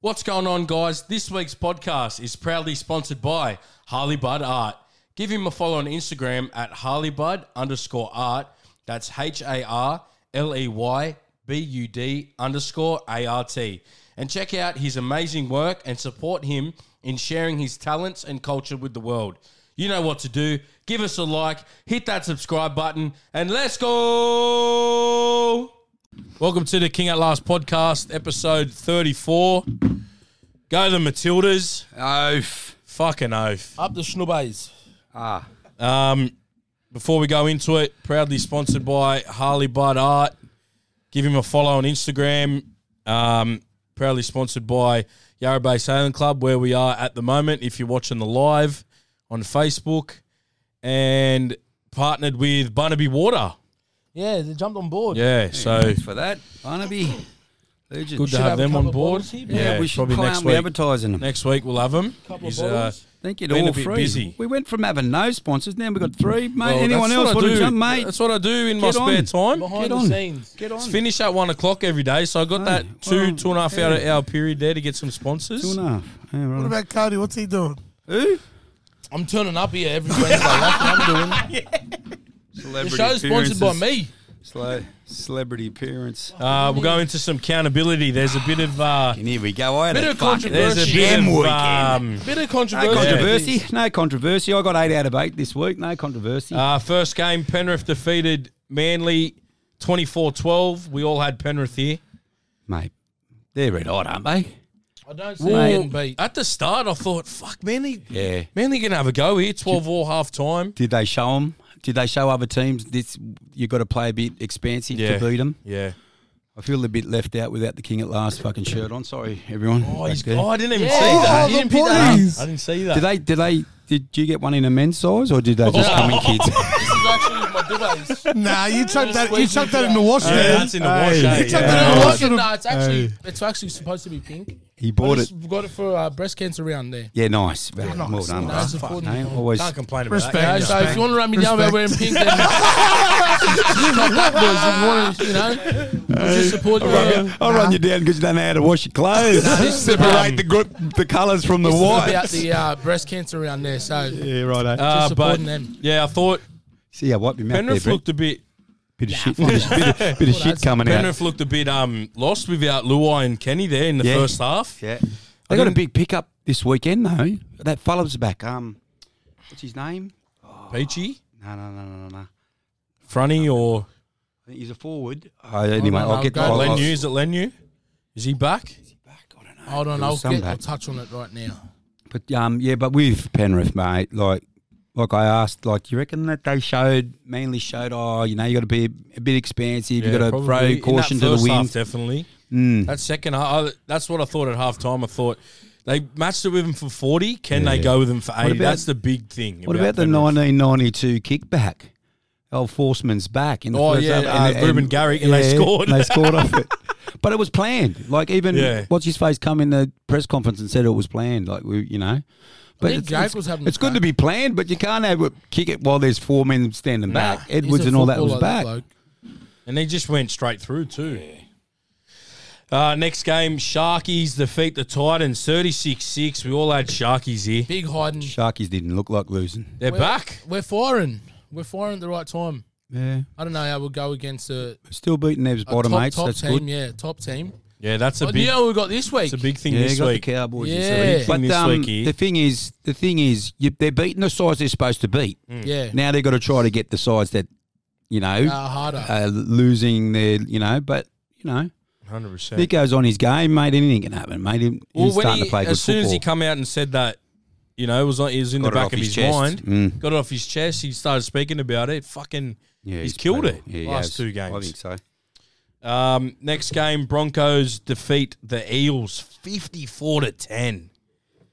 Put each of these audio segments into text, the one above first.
What's going on, guys? This week's podcast is proudly sponsored by Harley Bud Art. Give him a follow on Instagram at harleybud underscore art. That's H A R L E Y B U D underscore A R T. And check out his amazing work and support him in sharing his talents and culture with the world. You know what to do. Give us a like, hit that subscribe button, and let's go! Welcome to the King at Last podcast, episode 34. Go the Matildas. Oof. Fucking oath. Up the schnubbies. Ah. Um, before we go into it, proudly sponsored by Harley Bud Art. Give him a follow on Instagram. Um, proudly sponsored by Yarra Bay Sailing Club, where we are at the moment. If you're watching the live on Facebook, and partnered with Barnaby Water. Yeah, they jumped on board. Yeah, so Thanks for that, Barnaby. Legend. good to Should have have them a on couple board. bottles here, bro. Yeah, we should probably play next on the week. advertising them. Next week we'll have him. Couple He's, uh, of bottles. Thank you to Been all a bit three. busy. We went from having no sponsors, now we've got three. Mate, Well, anyone oh, that's else what I want to do. jump, mate? That's what I do in my Get spare time. on. Behind Get the on. scenes. Get on. It's finished at one o'clock every day, so I got that two well, two and a half yeah. hour hour period there to get some sponsors. Two and a half. Yeah, right. What about Cody? What's he doing? Who? I'm turning up here every Wednesday. That's what I'm doing. The Celebrity show's sponsored by me. Slow. Celebrity appearance. Uh, we'll go into some accountability. There's a bit of uh, and here we go. I had Bit a of fucking there's a bit gem of weekend. um, Bit of no controversy. controversy. No controversy. I got eight out of eight this week. No controversy. uh, first game. Penrith defeated Manly 24-12. We all had Penrith here. mate, they're red hot, aren't they? I don't see Mate. getting beat. At the start, I thought, "Fuck, Manly, Yeah. Manly gonna have a go here." Twelve all half time. Did they show them? Did they show other teams this? you got to play a bit expansive to beat them. Yeah. I feel a bit left out without the King at Last fucking shirt on. Sorry, everyone. Oh, he's, Back there. oh, I didn't even Yeah. see that. Oh, He the didn't pick that up. boys. I didn't see that. Did they? Did they? Did you get one in a men's size, or did they just come in kids? This is actually my duets. Nah, you chucked that. You squeeze chucked it that in the out. wash, yeah, man. that's in the wash. eh? It's up Yeah. to them. No, Watch it's it. not. It's actually it's actually supposed to be pink. He I bought it. just got it for uh, breast cancer round there. Yeah, nice. Well, nice. well done, Nice bro. support. Fuck, mate, always. Can't complain about Respect. that. Yeah, Yeah, so if you want to run me down about wearing pink, then not that, boys. If you want to, you know, we'll just support you. I'll run you down because you don't know how to wash your clothes. Separate the group, the colours from the This is white. about the uh, breast cancer around there. So Yeah, right. eh? Uh, but supporting them. yeah, I thought See, I wipe your mouth there, Penrith Brett. looked a bit. Bit of shit, bit of, bit of, bit of shit coming out. Penrith looked a bit um lost without Luai and Kenny there in the Yeah. first half. Yeah, they got a big pickup this weekend though. That fellow's back. Um, what's his name? Peachy, No, no, no, no, no, no. Frunny, or I think He's a forward. Oh, Uh, anyway, no, I'll get. go I'll, I'll, Lenu? Is it Lenu? Is he back? Hold on, There I'll, was some get, I'll back. touch on it right now. But um, yeah, but with Penrith, mate, like, like I asked, like, you reckon that they showed Manly showed? Oh, you know, you got to be a bit expansive. you got to probably. throw In caution that to the first half, wind. Mm. definitely. That second half, I, that's what I thought at half time. I thought they matched it with him for forty. Can they go with him for eighty? about- That's the big thing. What about the Penrith. 1992 kickback? Old Forceman's back in the Oh, first yeah, half, uh, Ruben Garrick, and they scored. and they scored off it. But it was planned. Like even Yeah. what's his face come in the press conference and said it was planned. Like we, you know. But think it's, Jake it's- was having a it's good crack. to be planned, but you can't have it, kick it while there's four men standing back. He's Edwards a and all that was footballer, back. bloke. And they just went straight through too. Uh, next game, Sharkies defeat the Titans 36-6. We all had Sharkies here. Big hiding. Sharkies didn't look like losing. They're back. We're firing. We're firing at the right time. Yeah, I don't know how we'll go against a, still beating Ev's a bottom top, mates. top That's team. good. Yeah, top team. Yeah, that's a But big you know what we got this week? it's a big thing Yeah, you this got week. the Cowboys. this Yeah. week. Thing but this um, week, eh? the thing is, the thing is, you, they're beating the size they're supposed to beat. yeah. Now they've got to try to get the sides that, you know, Uh, harder. are losing their, you know, but, you know, 100%. if he goes on his game, mate, anything can happen, mate. He, well, he's when starting he, to play good as soon football. as he come out and said that, you know, it was on, it was in the Got it back off of his, his chest. mind. Mm. Got it off his chest. He started speaking about it. Fucking, yeah, he's, killed played it. well. Yeah, he last has. two I games. think so. Um, next game, Broncos defeat the Eels 54 to 10.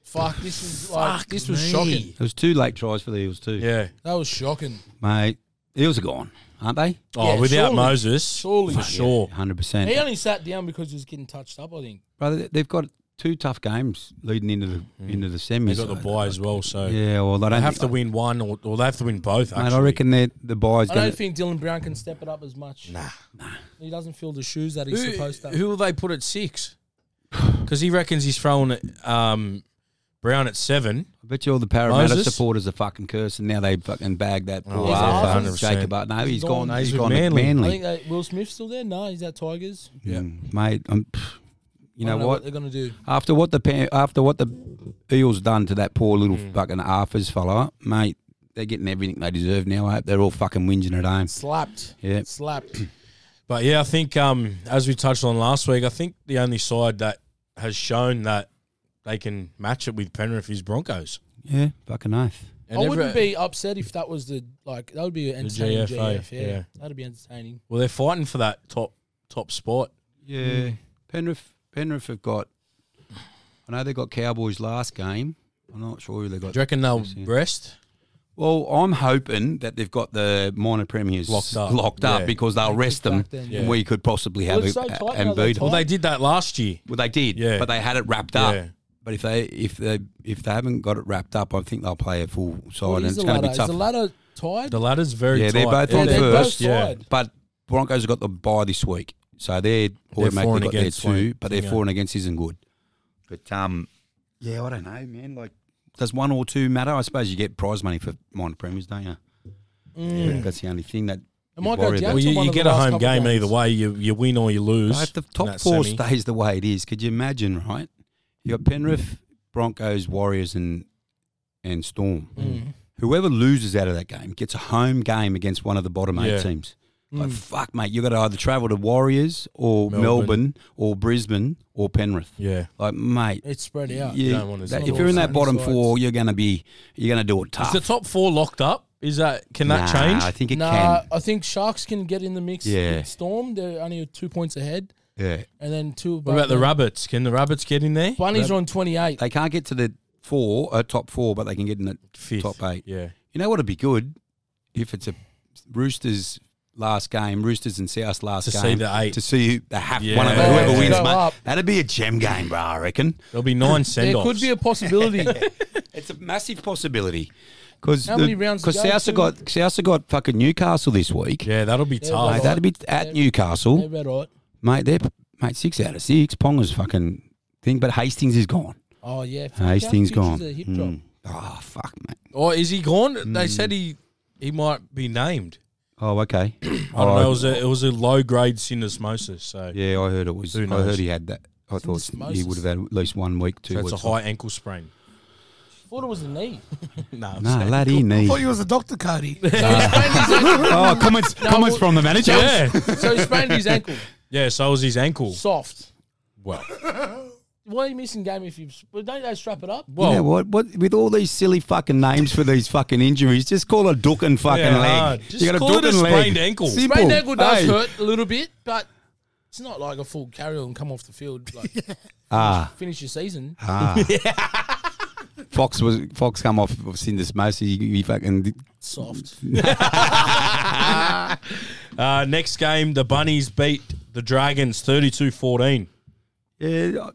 Fuck, this was like, Fuck this was me. shocking. It was two late tries for the Eels, too. Yeah. That was shocking. Mate, Eels are gone, aren't they? Oh, Yeah, without surely. Moses, Surely. for Yeah. sure. 100%. He only sat down because he was getting touched up. I think. Brother, they've got two tough games leading into the into the semis. They Mm-hmm. got the bye as well, so Yeah, well, they don't they have think- to win one or, or they have to win both. Actually. Mate, I reckon that the bye's I going don't to. think Dylan Brown can step it up as much. Nah, nah. He doesn't feel the shoes that he's supposed to. will they put at six? because he reckons he's thrown um, Brown at seven. I bet you all the Parramatta Moses? supporters are fucking cursing now. They fucking bagged that poor yeah, Arthur, 100%. Jacob. Ar- No, he's He's gone. gone. He's He's with gone to Manly. Manly. I think they, Will Smith's still there. No, he's at Tigers. yeah. mate. I'm, pff, you I know don't what? they're gonna do? After what the pa- after what the Eels done to that poor little fucking Arthur's fella, mate, they're getting everything they deserve now. I hope they're all fucking whinging at home. Slapped. Yeah. Slapped. But yeah, I think um, as we touched on last week, I think the only side that has shown that they can match it with Penrith is Broncos. Yeah, fucking oath. And I every- wouldn't be upset if that was the like that would be an entertaining GFA, GF, yeah. yeah. That'd be entertaining. Well, they're fighting for that top top spot. Yeah, Mm. Penrith. Penrith have got. I know they got Cowboys last game. I'm not sure who they Do got. you reckon they'll Yeah. rest? Well, I'm hoping that they've got the minor premiers Locked up. Yeah. because they'll rest them, back then, yeah. and we could possibly have Well, it's it so tight now, and they're beat Well, them. they did that last year. Well, they did, Yeah. but they had it wrapped up. Yeah. But if they if they if they haven't got it wrapped up, I think they'll play a full side, What and is it's the going ladder? to be Is tough. the ladder tied? The ladder's very Yeah, tight. they're both on they're first, both yeah. tied. But Broncos have got the bye this week, so they're four automatically and got their against, two, right? but their Yeah. four and against isn't good. But um, yeah, I don't know, man. Like, does one or two matter? I suppose you get prize money for minor premiers, don't you? Yeah, That's the only thing that. It you might go worry about. Well, That's you, on one you of the get a last home couple game games. either way. You you win or you lose. If the in top that four semi. stays the way it is, could you imagine, right? You got Penrith, Broncos, Warriors, and and Storm. Mm. Mm. Whoever loses out of that game gets a home game against one of the bottom eight Yeah. Mm. teams. Like fuck, mate, you got to either travel to Warriors or Melbourne. Melbourne, or Brisbane or Penrith. yeah, Like, mate, It's spread out. you- don't wanna that- see if all you're in the that bottom sides. four, you're gonna be you're gonna do it tough. is the top four locked up? Is that can that Nah, change? I think it Nah, can. I think Sharks can get in the mix. Yeah. with Storm, they're only two points ahead, Yeah, and then two. What about the rabbits? Can the rabbits get in there? Bunnies are on twenty-eight. they can't get to the four, uh, top four, but they can get in the Fifth. top eight. Yeah, You know what'd be good if it's a Roosters last game, Roosters and South last To game. see the eight. to see who the half one of Yeah. them, whoever Yeah. wins, Go mate. up. That'd be a gem game, bro. I reckon there'll be nine There send offs. could be a possibility. it's a massive possibility. Because How many rounds to Because go South have to? got South have got fucking Newcastle this week. yeah, that'll be Yeah, tough. Mate, that'd be at Newcastle, They're about mate. right. They're mate six out of six. Ponga's fucking thing, but Hastings is gone. Oh yeah, Hastings Fuck, gone. Hastings is a hip drop. Mm. Oh fuck, mate. Or is he gone? They Hmm. said he he might be named. Oh okay. I don't know. It was a it was a low grade syndesmosis, so Yeah, I heard it was. Who I knows? heard he had that. I thought he Syndesmosis. would have had at least one week, two so it's weeks. a high ankle sprain. Thought it was a knee. no, I'm Nah, saying- lad, he I needs. thought you was a doctor, Cody. oh, comments, comments well- from the manager. yeah, so he sprained his ankle. yeah. So was his ankle. Soft. Well, Why are you missing game if you? But don't they strap it up? well, You know what? What with all these silly fucking names for these fucking injuries? Just call a duck and fucking Yeah, leg. hard. Just call it a sprained ankle. Simple. Sprained ankle does Hey. hurt a little bit, but it's not like a full carry and come off the field. Like Ah, finish your season. ah. Fox was Fox come off of syndesmosis. He, he fucking Soft. uh, next game, the Bunnies beat the Dragons 32-14. yeah.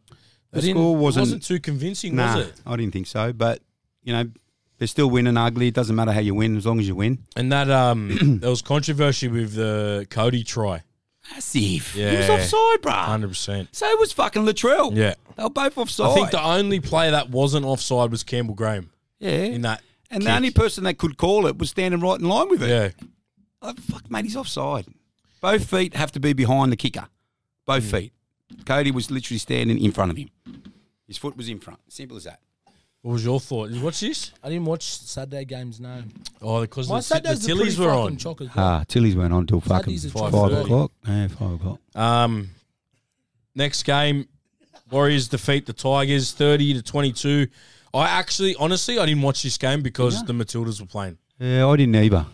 The It score wasn't. wasn't too convincing, nah, was it? I didn't think so. But you know, they're still winning ugly. It doesn't matter how you win as long as you win. And that um, there was controversy with the Cody try, Massive. He was Yeah. offside, bro. hundred percent. So was fucking Latrell. Yeah, They were both offside. I think the only play that wasn't offside was Campbell Graham yeah. in that. And kick. the only person that could call it was standing right in line with it. yeah, Oh, fuck, mate, he's offside. Both feet have to be behind the kicker. Hmm. Both feet. Cody was literally standing in front of him. His foot was in front. Simple as that. what was your thought? Did you watch this? I didn't watch Saturday games. No, Oh, because my the, the Saturdays are Tillies pretty were fucking on. chock as well. Ah, Tilly's went on till fucking Saturdays at five 12:30. o'clock. Yeah, five o'clock. Um, next game, Warriors defeat the Tigers thirty to twenty-two. I actually, honestly, I didn't watch this game because the Matildas were playing. Yeah, I didn't either.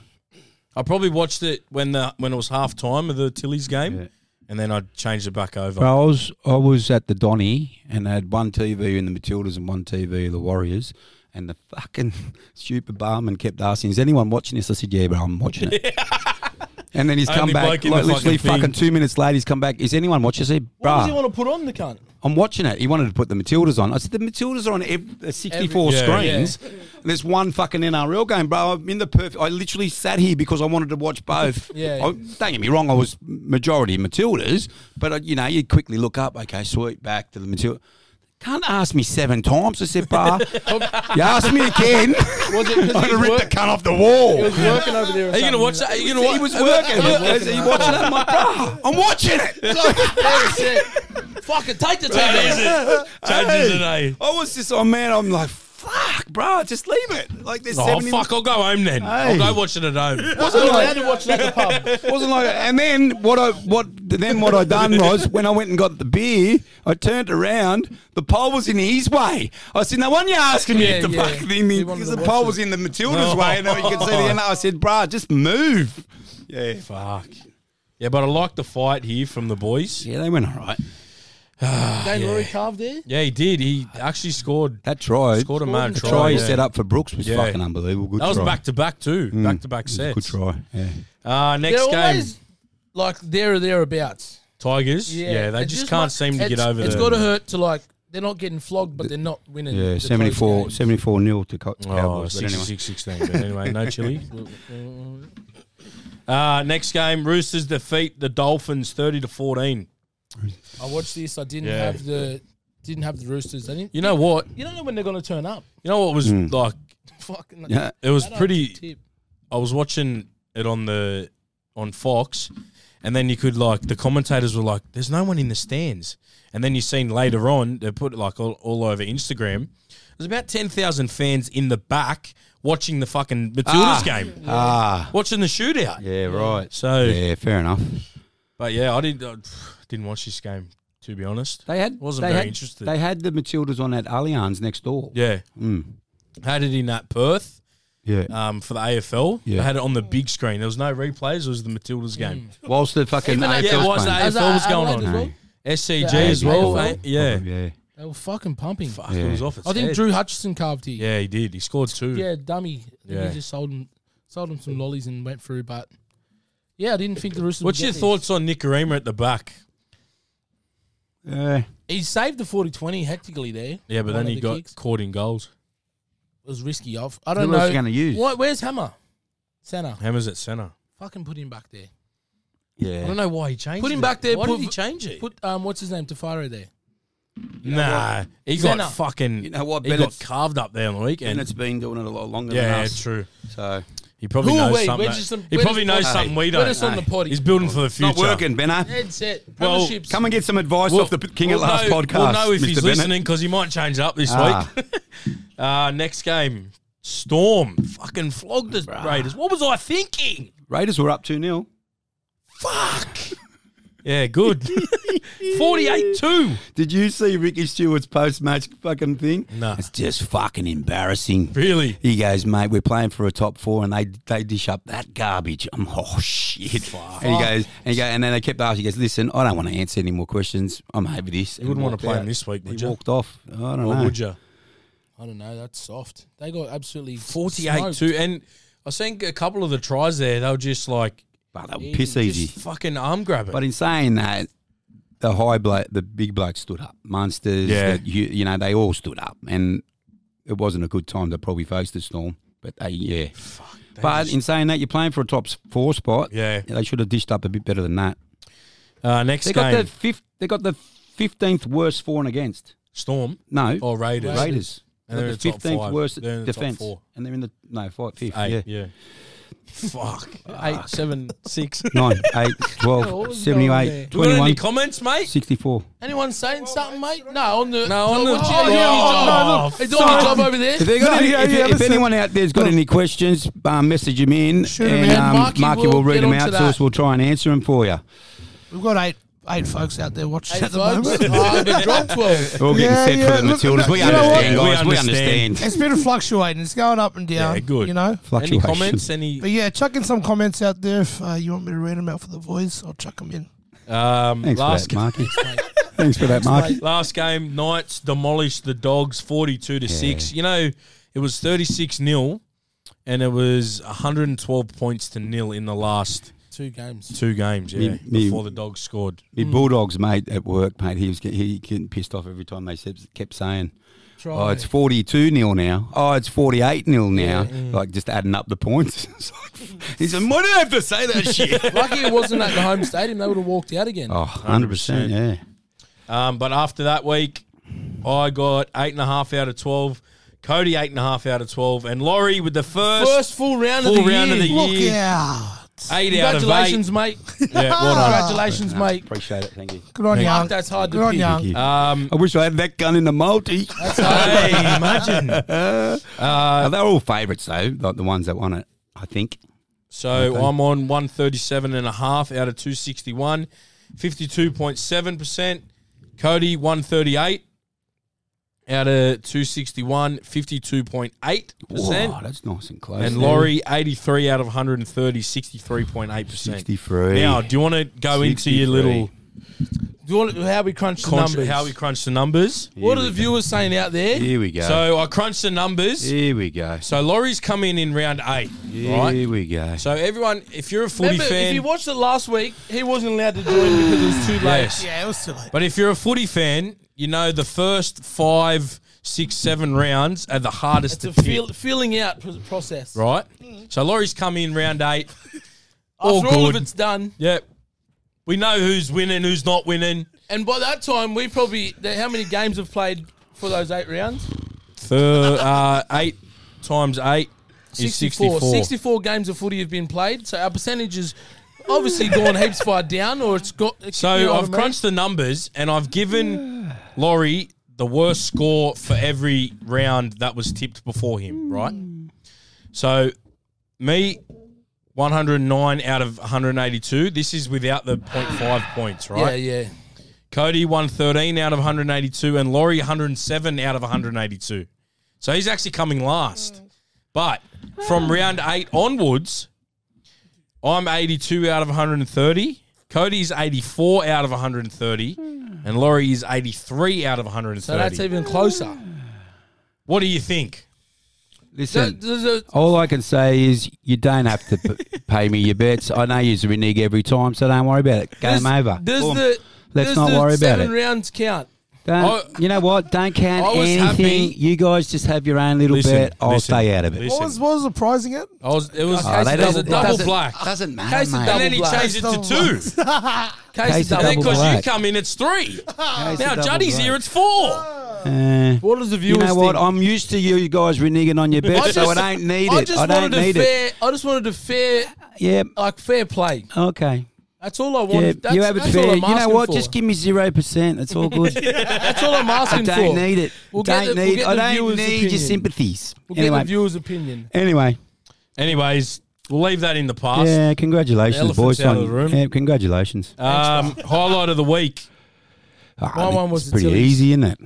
I probably watched it when the when it was half time of the Tillies game, Yeah. and then I changed it back over. Bro, I was I was at the Donny and I had one TV in the Matildas and one TV in the Warriors. And the fucking stupid barman kept asking, "Is anyone watching this?" I said, "Yeah, bro, I'm watching it." and then he's come Only back, bloke in like the literally fucking thing. fucking two minutes later, he's come back. Is anyone watching? I said, What does he "Bro, want to put on the cunt? I'm watching it. He wanted to put the Matildas on. I said, the Matildas are on ev- uh 64 Every- yeah, yeah. screens. There's one fucking NRL game, bro. I'm in the perfect. I literally sat here because I wanted to watch both. Yeah, I, don't get me wrong. I was majority Matildas, but uh, you know, you quickly look up. Okay, sweet, back to the Matilda. Can't ask me seven times. I said, "Bar, you asked me again. Was it 'cause I'm gonna he was rip wor- the cunt off the wall." He was working over there. or Are you going to something. watch that? Are you going to watch He was working. was Are working. you watching that? I'm like, "Bro, I'm watching it. Fucking take the TV. it. Changes it, eh? I was just, oh man, I'm like, fuck, bro, just leave it. Like, there's Oh, 70 fuck, I'll go home then. I'll Hey. go watch it at home. Wasn't allowed to watch that at the pub. wasn't like, and then what I what then what I done was when I went and got the beer, I turned around, the pole was in his way. I said, "No one you asking me Yeah, if the yeah. fuck thing He wanted because to the watch pole it. was in the Oh. Matilda's way, and then you could see the end. I said, "Bruh, just move." Yeah, fuck. Yeah, but I like the fight here from the boys. yeah, they went all right. Dane Laurie carved there. Yeah, he did. He actually scored That try, scored a mad the try. try, he yeah. set up for Brooks was Yeah. fucking unbelievable. Good That was try. back to back too. Back to back It was a sets. Good try. Yeah. Uh, They're next game, always like there or thereabouts. Tigers. Yeah, they it just, can't might- seem to get it's- over It's the- got to hurt to like they're not getting flogged, but they're not winning. Yeah, the 74, close games. 74 nil to Cow- Oh, Cowboys. but anyway. 66 16. But anyway, no chili. Uh, next game, Roosters defeat the Dolphins 30 to 14. I watched this. I didn't Yeah. have the didn't have the Roosters. I didn't. You know what? You don't know when they're going to turn up. You know what was like? Fucking Yeah. It was Mm. that pretty. tip. I was watching it on the on Fox, and then you could like the commentators were like, "There's no one in the stands," and then you seen later on they put it like all, all over Instagram. There's about ten thousand fans in the back watching the fucking Matildas Ah. game, Ah, watching the shootout. yeah, right. So, Yeah, fair enough. but yeah, I didn't I didn't watch this game to be honest. They had Wasn't they very had, interested. They had the Matildas on at Allianz next door. Yeah, Mm. had it in that Perth Yeah. um, for the AFL. Yeah. Mm. They had it on the big screen. There was no replays. It was the Matildas game. Whilst the fucking Even AFL Yeah, AFL's what's the playing. As AFL was I- going Adelaide on? as well? SCG Yeah, as well. AFL. mate. Yeah. Oh, yeah. They were fucking pumping. Fuck, it was off its I think head. Drew Hutchison carved here. Yeah, he did. He scored two. Yeah, dummy. Yeah. Yeah. He just sold him, sold him some lollies and went through. But yeah, I didn't think the Roosters. What's would your get thoughts on Nicarima at the back? Yeah. there. He saved the 40-20 hectically there. Yeah, but One then of he the got kicks. caught in goals. It was risky. Off. I don't Who else know. you gonna use? Why, where's Hammer? Santa. Hammers at centre. Fucking put him back there. I Yeah. don't know why he changed. Put him it. back there, Why put- did he change it? Put um, what's his name, Tafaro there. nah, he got Centre. fucking. You know what, He got Bennett's- carved up there on the And weekend. it's been doing it a lot longer yeah, than us. true. So He probably Who are knows we? something. We're that- just some- he we're probably just- knows Hey, something we Put don't. us on the know. potty. He's building for the future. not working, Benno. Dead set. Well, Premierships. Come and get some advice off the p- King at we'll Last know, podcast. We'll know if Mr. he's Bennett. listening because he might change it up this Ah. week. uh, next game, Storm fucking flogged the Raiders. What was I thinking? Raiders were up 2 0. Fuck. Yeah, good. 48 2. Did you see Ricky Stewart's post match fucking thing? No. It's just fucking embarrassing. Really? He goes, mate, we're playing for a top four, and they they dish up that garbage. I'm oh shit. And he goes, and he go, and then they kept asking. He goes, listen, I don't want to answer any more questions. I'm over this. You wouldn't wanna play him this week, would he ya? walked off. I don't Or know. would you? I don't know. That's soft. They got absolutely 48 smoked. 2. And I think a couple of the tries there, they were just like, But they were piss easy. just fucking arm grabbing. But in saying that, the high bloke, the big bloke stood up. Monsters, Yeah. the- you, you know, they all stood up, and it wasn't a good time to probably face the storm. But they, yeah. but in saying that, you're playing for a top s- four spot. Yeah. they should have dished up a bit better than that. Uh, next They got game, the fifth. They got the fifteenth worst for and against. Storm No, or Oh, Raiders. Raiders. And They they're in got the the top fifteenth five. worst They're in the top defense, four. and they're in the no five, fifth, Eight, yeah. yeah. Fuck. Eight, seven, six. Nine, eight, What twelve, was going on there? seventy-eight, Do we got any twenty-one, comments, mate? sixty-four. Anyone saying something, mate? No, on the No, on the- Oh, Oh, he's doing his yeah. job. Oh, He's doing his job over there. If, they got No, any, yeah, if, yeah, if listen. anyone out there's got any questions, um, message them in, Shoot 'em and in. um, Marky Marky, will will read get them onto out that. to us. We'll try and answer them for you. We've got eight eight folks out there watching Hey, at the folks. moment. Oh, I've been dropped 12. We're all getting Yeah, set yeah, for the look, Matildas. we, you know understand, what? guys, We we understand. understand. It's been fluctuating. It's going up and down. Yeah, good. You know. Any Fluctuations. comments? Any But yeah, chuck in some comments out there if uh, you want me to read them out for the voice. I'll chuck them in. um, Thanks last for that, Marky. Thanks for that, Marky. Last game, Knights demolished the Dogs 42 to 6. You know, it was 36 0 and it was 112 points to nil in the last Two games. Two games, yeah, Me- me- before the dogs scored. My mm. Bulldogs mate at work, mate, he was get- he getting pissed off every time they said- kept saying, Try. "Oh, it's forty-two nil now. Oh, it's forty-eight nil now." mm. Like just adding up the points. It's like, he said, "Why do I have to say that shit?" Lucky it wasn't at the home stadium. They would have walked out again. oh, 100 percent, yeah. Um, but after that week, I got eight and a half out of twelve. Cody eight and a half out of twelve, and Laurie with the first, First full round full of the round year. of the Look year, out. eight out of eight. Congratulations, mate. Yeah, well done. Congratulations, mate. Appreciate it, thank you. Good on Fuck, young. that's hard to Good on pick. young. you. Um, I wish I had that gun in the multi. Uh, hey, imagine. Uh, they're all favourites though, like the ones that won it. I think. So I'm on 137 and a half out of 261, 52.7%. Cody 138 out of 261, 52.8%. Wow, that's nice and close. And there. Laurie 83 out of 130, 63.8%. 63. Now, do you want to go into your 63. little Do you want to, how we crunch the contra- numbers? how we crunch the numbers? what are Here the we viewers saying out there? Here we go. So I crunched the numbers. Here we go. So Laurie's coming in round eight, Here right? we go. So everyone, if you're a footy Remember, fan, if you watched it last week, he wasn't allowed to join because it was too late. Yes. Yeah, it was too late. But if you're a footy fan, you know the first five, six, seven rounds are the hardest It's a to feel, pick, feeling out pr- process. right? So Laurie's come in round eight. all After all of good. it's done, Yep. We know who's winning, who's not winning. and by that time, we probably th- how many games have played for those eight rounds? Thir- uh, eight times eight is 64. 64. 64 games of footy have been played, so our percentage is obviously gone heaps far down, or it's got. So you know what I I've mean? crunched the numbers and I've given Laurie the worst score for every round that was tipped before him, right? So me, 109 out of 182. This is without the 0.5 points, right? Yeah, yeah. Cody, 113 out of 182. And Laurie, 107 out of 182. So he's actually coming last. But from round eight onwards, I'm 82 out of 130. Cody's 84 out of 130. And Laurie is 83 out of 130. So that's even closer. what do you think? So, Listen, there's a- all I can say is you don't have to p- pay me your bets. I know you renege every time, so don't worry about it. Game there's- over. There's Boom. the. Let's there's not the worry about seven it. rounds count. Don't- I- you know what? Don't count I was anything. happy- You guys just have your own little Listen, bet. I'll listen, stay out of it. listen. What was, what was the prizing at? I was, it was, Oh, they it was a double- double doesn't- black. Doesn't Case matter, of mate. And then he Double black. changed it to Double two. Case, Case of is And then double. double- because you black. come in, it's three. Case Now of double Juddy's black. here, it's four. Uh, What does the you viewers know what? think? I'm used to you guys reneging on your bets, so I don't need I it. just I don't wanted a need it. fair. I just wanted a fair, Yep. like fair play. Okay. That's all I wanted. Yeah, that's, you have it that's fair. All You I'm know asking what? For. Just give me zero percent. It's all good. that's all I'm I asking for. don't need it. We'll get don't the- we'll need. get I the don't viewers' need your opinion. sympathies. We'll get anyway, the viewers' opinion. anyway, Anyways, we'll leave that in the past. yeah. Congratulations, elephant's boys. out of on- the room. Yeah, congratulations. Um, highlight of the week, Ah, my one it's was the pretty Tillies. easy, isn't it?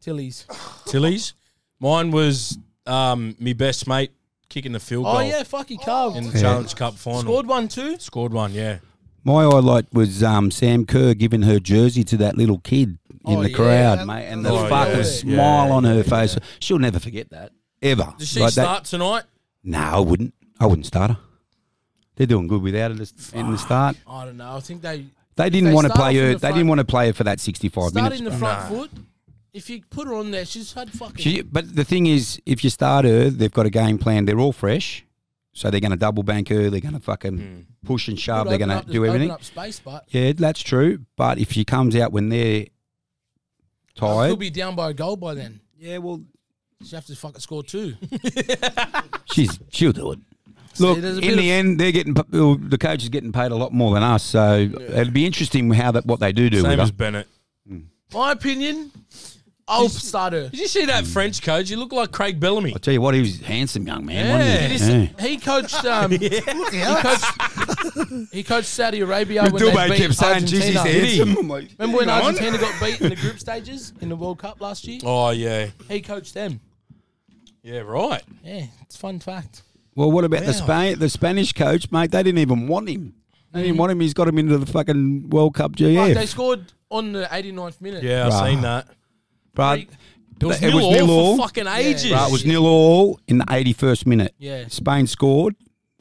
Tilly's. Tilly's. Mine was um, my best mate kicking the field goal Oh yeah, fuck he carved. in the Yeah. Challenge Cup final. Scored one too. Scored one, yeah. My highlight was um, Sam Kerr giving her jersey to that little kid in Oh, the yeah. crowd, mate, and the Oh, fucking yeah. smile Yeah, on her face. She'll never forget that ever. Does she Like that- start tonight? No, I wouldn't. I wouldn't start her. They're doing good without her in the start. I don't know. I think they They didn't They want to start play off in her. the They front. didn't want to play her for that sixty-five start minutes. in the front foot. If you put her on there, she's had fucking. She, but the thing is, if you start her, they've got a game plan. They're all fresh, so they're going to double bank her. They're going to fucking Hmm. push and shove. would They're open going up- to do open everything. Up space, but Yeah, that's true. But if she comes out when they're she'll tired, be down by a goal by then. yeah, well, She have to fucking score two. she's she'll do it. Look, there's a in bit the end, they're getting p- well, the coach is getting paid a lot more than us, so it'd be interesting how that what they do do. Same With as us. Bennett. My opinion. I'll start her. Did you see that French coach? You look like Craig Bellamy. I tell you what, he was a handsome young man. Yeah, Wasn't he? listen, he coached. Um, he coached. he coached Saudi Arabia when they beat Argentina. Remember when Argentina got beat in the group stages in the World Cup last year? Oh, yeah. He coached them. Yeah, right. Yeah, it's a fun fact. Well, what about the Wow. Spain, the Spanish coach, mate? They didn't even want him. They didn't want him. He's got him into the fucking World Cup Like Mm. they GF. scored on the 89th minute. Yeah, I've Wow. seen that. But It It was, it nil, was all nil all. for fucking ages. Right, it was nil all in the 81st minute. Yeah. Spain scored.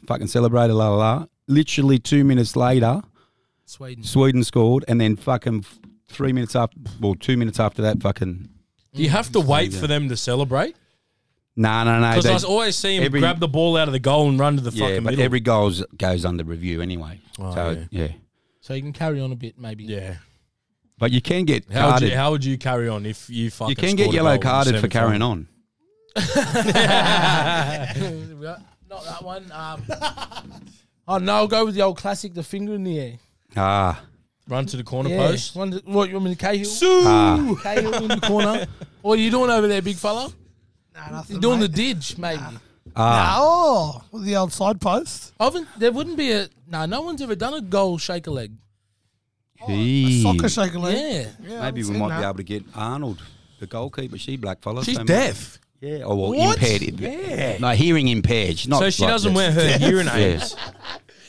Fucking celebrated, la la la. literally two minutes later, Sweden. Sweden scored, and then fucking f- three minutes after, well, two minutes after that, fucking Do you have to wait for them to celebrate? no, no, no. Because they- I always see him every- grab the ball out of the goal and run to the yeah, fucking but middle. every goal goes under review anyway. Oh, so yeah. So you can carry on a bit, maybe. yeah. but you can get How would, carded. you, how would you carry on if you fucking you can get yellow carded for carrying on. Not that one. Um, oh no, I'll go with the old classic, the finger in the air. Ah, Run to the corner Yeah. post. One, to- what you want me to Cahill? ah. Cahill in the corner. What are you doing over there, big fella? Nah, nothing, You're doing the mate. didge, maybe. Ah, Oh, with the old side post. I haven't- there wouldn't be a no. No one's ever done a goal shaker leg. gee. Oh, Soccer shaker league. Yeah. Yeah, I Maybe haven't we seen might that. be able to get Arnold, the goalkeeper. She black fella. She's so- deaf. Yeah. Oh, well, What? impaired. imp- No, hearing impaired. She's Not So she like doesn't wear this. her hearing aids.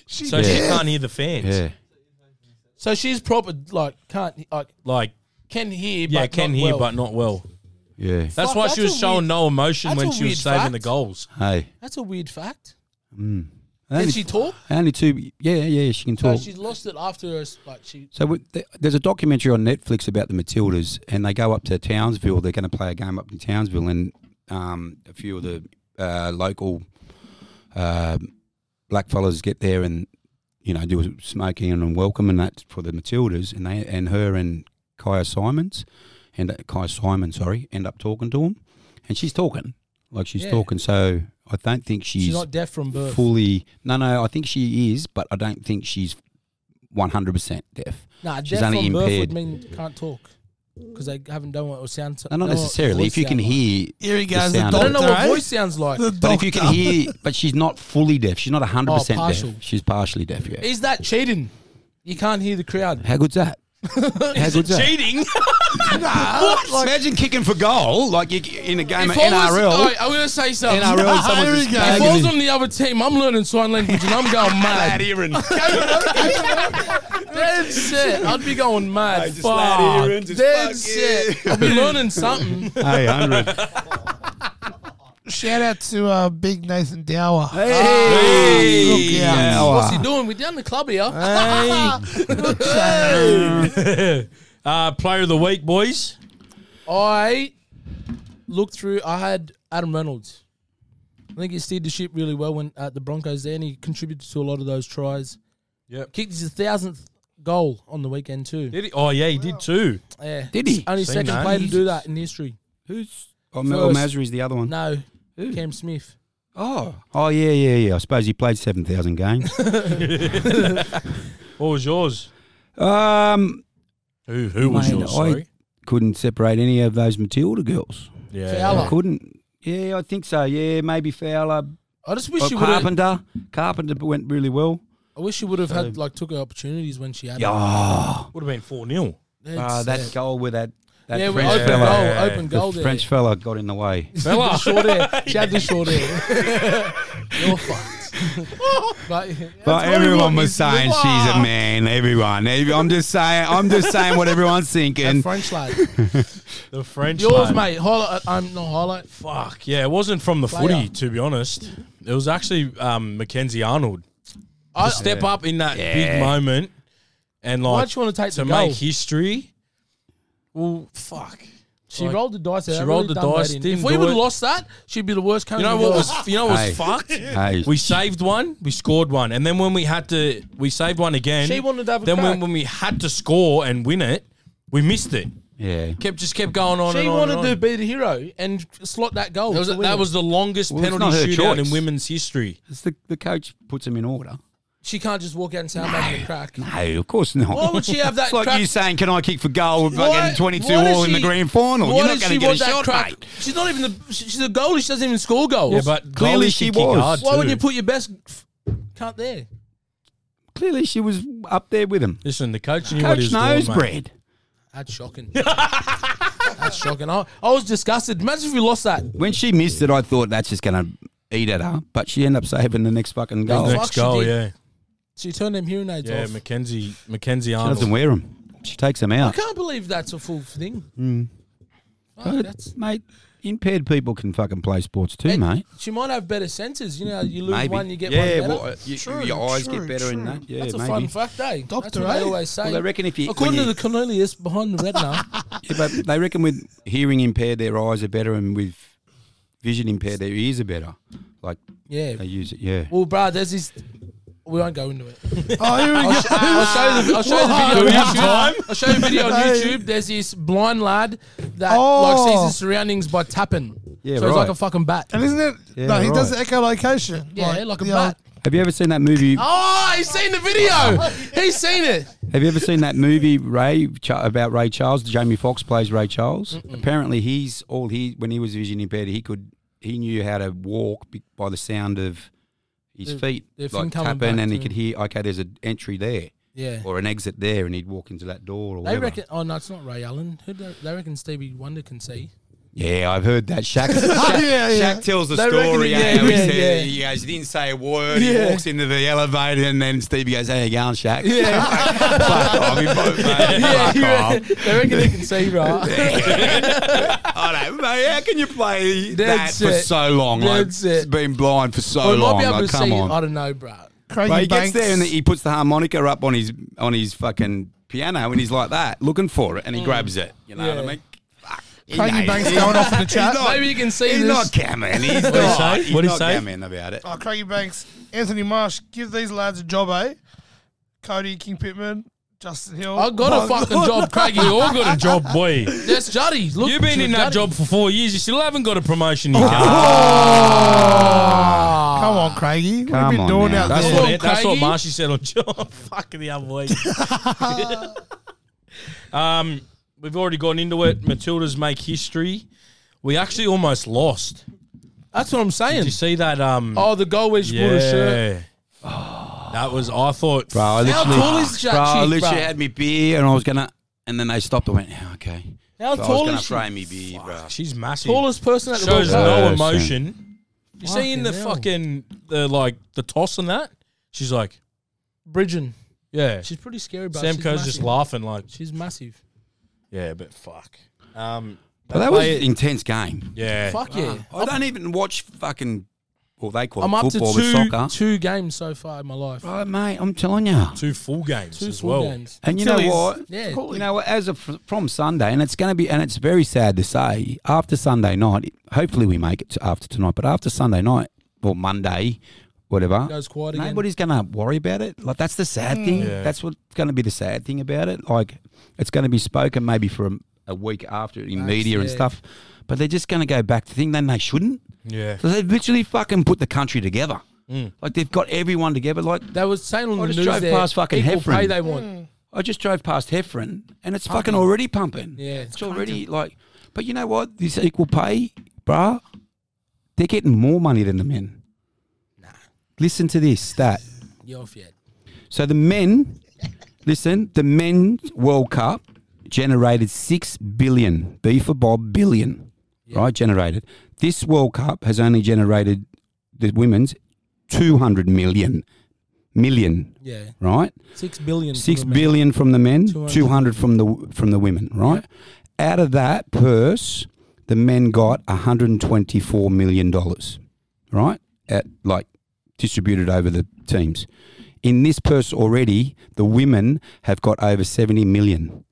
So she deaf. can't hear the fans. Yeah. So she's proper like can't like Like, can hear. yeah, but can not hear, well. but not well. Yeah. That's Fuck, why that's she was a showing weird- no emotion that's when a she was weird saving fact. the goals. Hey. that's a weird fact. Can Only, she talk? only two. Yeah, yeah, she can So talk. she's lost it after her. s- Like she So we, th- there's a documentary on Netflix about the Matildas, and they go up to Townsville. They're going to play a game up in Townsville, and um, a few of the uh, local uh, black fellas get there and you know do a smoking and a welcome and that for the Matildas, and they and her and Kaya Simons and uh, Kaya Simon, sorry, end up talking to him, and she's talking like she's Yeah. talking. So I don't think she's, she's, not deaf from birth. fully. No, no, I think she is, but I don't think she's. 100% deaf. Nah, She's deaf only from birth impaired. would mean can't talk because they haven't done what it sounds. No, not necessarily. If you can hear, Here he goes. sound. the I don't know doctor, what eh? voice sounds like. The but if you can doctor. hear, but she's not fully deaf. She's not hundred percent Oh, partial. deaf. She's partially deaf. Yeah. Is that cheating? You can't hear the crowd. How good's that? How good's that? Cheating? Imagine kicking for goal like you, in a game If I was- alright, I'm gonna say something. NRL, If someone here just we go. bagging I was in. on the other team, I'm learning sign language and I'm going mad. hearing. That's it. I'd be going mad. just loud Fuck. hearing, just That's fuck, it. I'd be learning something. Hey, hundred. Shout out to uh, Big Nathan Dower. Hey, Look out. Oh, uh, What's he doing? We're down the club here. Uh, player of the week, boys. I looked through. I had Adam Reynolds. I think he steered the ship really well when at the Broncos there, and he contributed to a lot of those tries. Yep. kicked his thousandth goal on the weekend too. Did he? Oh, yeah, he did too. Yeah, Did he? only Seen second that. player to do that in history. Who's? Oh, First. Masri's the other one. No, Cam Smith. Oh, oh yeah, yeah, yeah. I suppose he played seven thousand games. What was yours? um, Who, who was Mate, yours? I- Sorry. couldn't separate any of those Matilda girls. Yeah. Fowler. I couldn't. Yeah, I think so. Yeah, maybe Fowler, I just wish Oh, you would. have Carpenter. Carpenter went really well. I wish you would have had like took her opportunities when she had. Yeah. Oh, Would have been 4 0. It. that goal with that, that yeah, French open fella. goal, open The goal there. French fella got in the way. The short hair. She had the short hair. You're fucked. but But everyone was saying she's a man. Everyone. Every- I'm just saying. I'm just saying what everyone's thinking. French lad. The French. Yours, one. mate. Highlight. I'm not highlight. Fuck yeah! It wasn't from the Player. footy, to be honest. It was actually um, Mackenzie Arnold. I, To step up in that big Yeah. moment and like Why'd you want to take to the goal? make history. Well, fuck. She Like, rolled the dice. She rolled the dice, If didn't we do would it. have lost that, she'd be the worst. You know what was? You know what was Hey. fucked? Hey, We saved one, we scored one, and then when we had to, we saved one again. She wanted to have a Then when, crack. when we had to score and win it, we missed it. yeah. Kept just kept going on. She and on wanted and on. to be the hero and slot that goal. That was, to win that it. was the longest Well, it's penalty not her shootout choice. in women's history. It's the, the coach puts him in order. she can't just walk out and say I'm having a crack. No, of course not. Why would she have that It's like crack- you saying, "Can I kick for goal?" If I Why- get 22 why does all in the she- grand final, why you're does not going to she get a want that shot, crack? mate. She's not even the. she- She's a goalie. She doesn't even score goals. Yeah, but Clearly goalies she can kick was. hard why too. would you put your best f- cunt there? Clearly, she was up there with him. Listen, the coach knew what he was Coach doing, knows, mate. Brad. That's shocking. That's shocking. I, I was disgusted. Imagine if we lost that. When she missed it, I thought that's just going to eat at her, but she ended up saving the next fucking goal. Next She Fuck, she goal, did. yeah, She turned them hearing aids yeah. off. Mackenzie, Mackenzie Arnold. doesn't wear them. She takes them I out. can't believe that's a full thing. Fuck, that's, mate, impaired people can fucking play sports too, mate. she might have better senses. You know, you lose Maybe. one, you get yeah, one better. well, uh, you- True, your eyes true, get better true. and that. Yeah, that's a maybe. fun fact, eh? that's Doctor, what they eh? always say. Well, they reckon if you- according when to you- the Cornelius behind the retina, Yeah, but they reckon with hearing impaired, their eyes are better, and with vision impaired, their ears are better. Like yeah. they use it, yeah. Well, bro, there's this. We won't go into it. Oh, here we go. I'll show you the, I'll show you the video Whoa. on YouTube. I'll show you a video on Hey. YouTube. There's this blind lad that Oh. like sees his surroundings by tapping. Yeah, so it's right. like a fucking bat. And isn't it? Yeah, no, he right. does the echolocation. Yeah, like a the bat. Have you ever seen that movie? Oh, he's seen the video. He's seen it. Have you ever seen that movie Ray Ch- about Ray Charles? Jamie Foxx plays Ray Charles. Apparently, he's all he when he was vision impaired, he could he knew how to walk be- by the sound of his The- feet, the thing like coming tapping, back and he to could him. hear. Okay, there's an entry there Yeah. or an exit there, and he'd walk into that door. Or They whatever. reckon. Oh no, it's not Ray Allen. Who do they reckon Stevie Wonder can see? Yeah, I've heard that. Shaq, Shaq, yeah, yeah. Shaq tells the They reckon story. he- eh, yeah, how he, yeah, said- yeah. he goes, he didn't say a word. Yeah. He walks into the elevator, and then Stevie goes, "Hey, you going, Shaq?" Yeah, fuck off, you both, mate. Yeah, Fuck you off. reckon- they reckon they can see, right? I don't, mate. How can you play That's that for it. so long? Like, That's it. Been blind for so Or we might long. be able like, to come see. on. I don't know, bro. Craig But he Banks. gets there and he puts the harmonica up on his on his fucking piano, and he's like that, looking for it, and he grabs it. You know what Yeah. I mean? Fuck. He Craigie knows. Banks going off in the He's chat. not- Maybe you can see He's this. not gammon. He's he not. say? He's What'd he not say? gammon about it. Oh, Craigie Banks. Anthony Marsh. Give these lads a job, eh? Cody King Pittman. Justin Hill. I got a fucking job, Craigie. You All all got a job, boy. that's Juddy. Look, You've been in that Juddy. job for four years. You still haven't got a promotion. Oh, You cunt. Ah, Come on, Craigie. What have Come you been on doing now. out That's there? Come on, what, it, that's what Craigie. Marshy said on John. Fucking the other week. um, we've already gone into it. Matildas make history. We actually almost lost. That's what I'm saying. Did you see that? Um, Oh, the goal where she bought a shirt. That was, I thought. Bro, I How literally, tall is that bro, I chick, literally bro? had me beer and I was gonna, and then they stopped. I went, "Yeah, okay. So How I was tall gonna is she? throw me beer, bro. She's massive. Tallest person at the World Shows Cup. no Yeah, emotion. You see in the Fucking hell. fucking the like the toss and that. She's like, Bridgen. yeah. She's pretty scary, bro. Sam She's Coe's just massive. laughing like, She's massive. yeah, but fuck. Um, But that was play an intense game. yeah. Fuck yeah. I don't even watch fucking. Well, they call I'm it up football, to two, but soccer. two games so far in my life. Right, mate, I'm telling you. Two full games Two as full well. games. And you know Until he's- what? Yeah. You know what? As of from Sunday, and it's going to be, and it's very sad to say. After Sunday night, hopefully we make it to after tonight. But after Sunday night or Monday, whatever, Goes quiet again. Hmm. nobody's going to worry about it. Like that's the sad thing. Yeah. That's what's going to be the sad thing about it. Like it's going to be spoken maybe for a, a week after in media and yeah. stuff. But they're just going to go back to thing. Then they shouldn't. Yeah. So they've literally fucking put the country together. Like they've got everyone together. Like They was saying on I the just news drove there, past fucking equal Heffron. pay they want. I just drove past Heffron and it's fucking already pumping. Yeah, it's, it's already like, but you know what? This equal pay, bruh, they're getting more money than the men. Listen to this stat. You're off yet. So the men, listen, the men's World Cup generated six billion. B for Bob, billion, right? Generated. This World Cup has only generated the women's two hundred million, million, Yeah. right? Six billion. for Six the men. billion from the men, 200. two hundred from the from the women, right? Out of that purse, the men got one hundred and twenty four million dollars, right? At like distributed over the teams. In this purse already, the women have got over seventy million.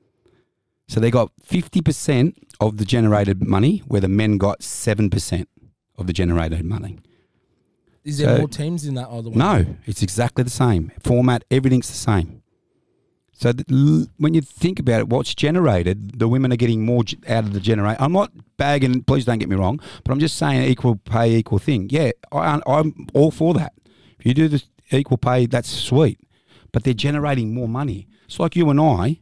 So they got fifty percent of the generated money, where the men got seven percent of the generated money. Is there So- more teams in that other one? No, it's exactly the same format. Everything's the same. So th- l- when you think about it, what's generated, the women are getting more g- out of the generate. I'm not bagging. Please don't get me wrong, but I'm just saying equal pay, equal thing. Yeah, I, I'm all for that. If you do this equal pay, that's sweet. But they're generating more money. It's like you and I.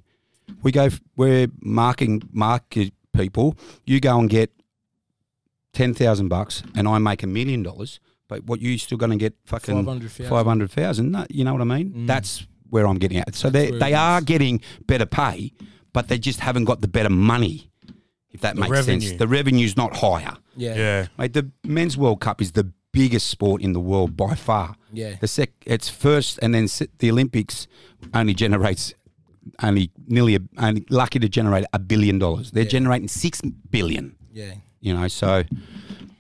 We go. f- We're marking market people. You go and get ten thousand bucks, and I make a million dollars. But what you still going to get fucking 500,000. five hundred thousand? No, you know what I mean. That's where I'm getting at. So they where they it are is. getting better pay, but they just haven't got the better money. If that makes revenue. sense, the revenue's not higher. Yeah. Yeah. Mate, the men's World Cup is the biggest sport in the world by far. Yeah. The sec, it's first, and then se- the Olympics only generates only nearly a, only lucky to generate a billion dollars. They're generating six billion. Yeah. You know, so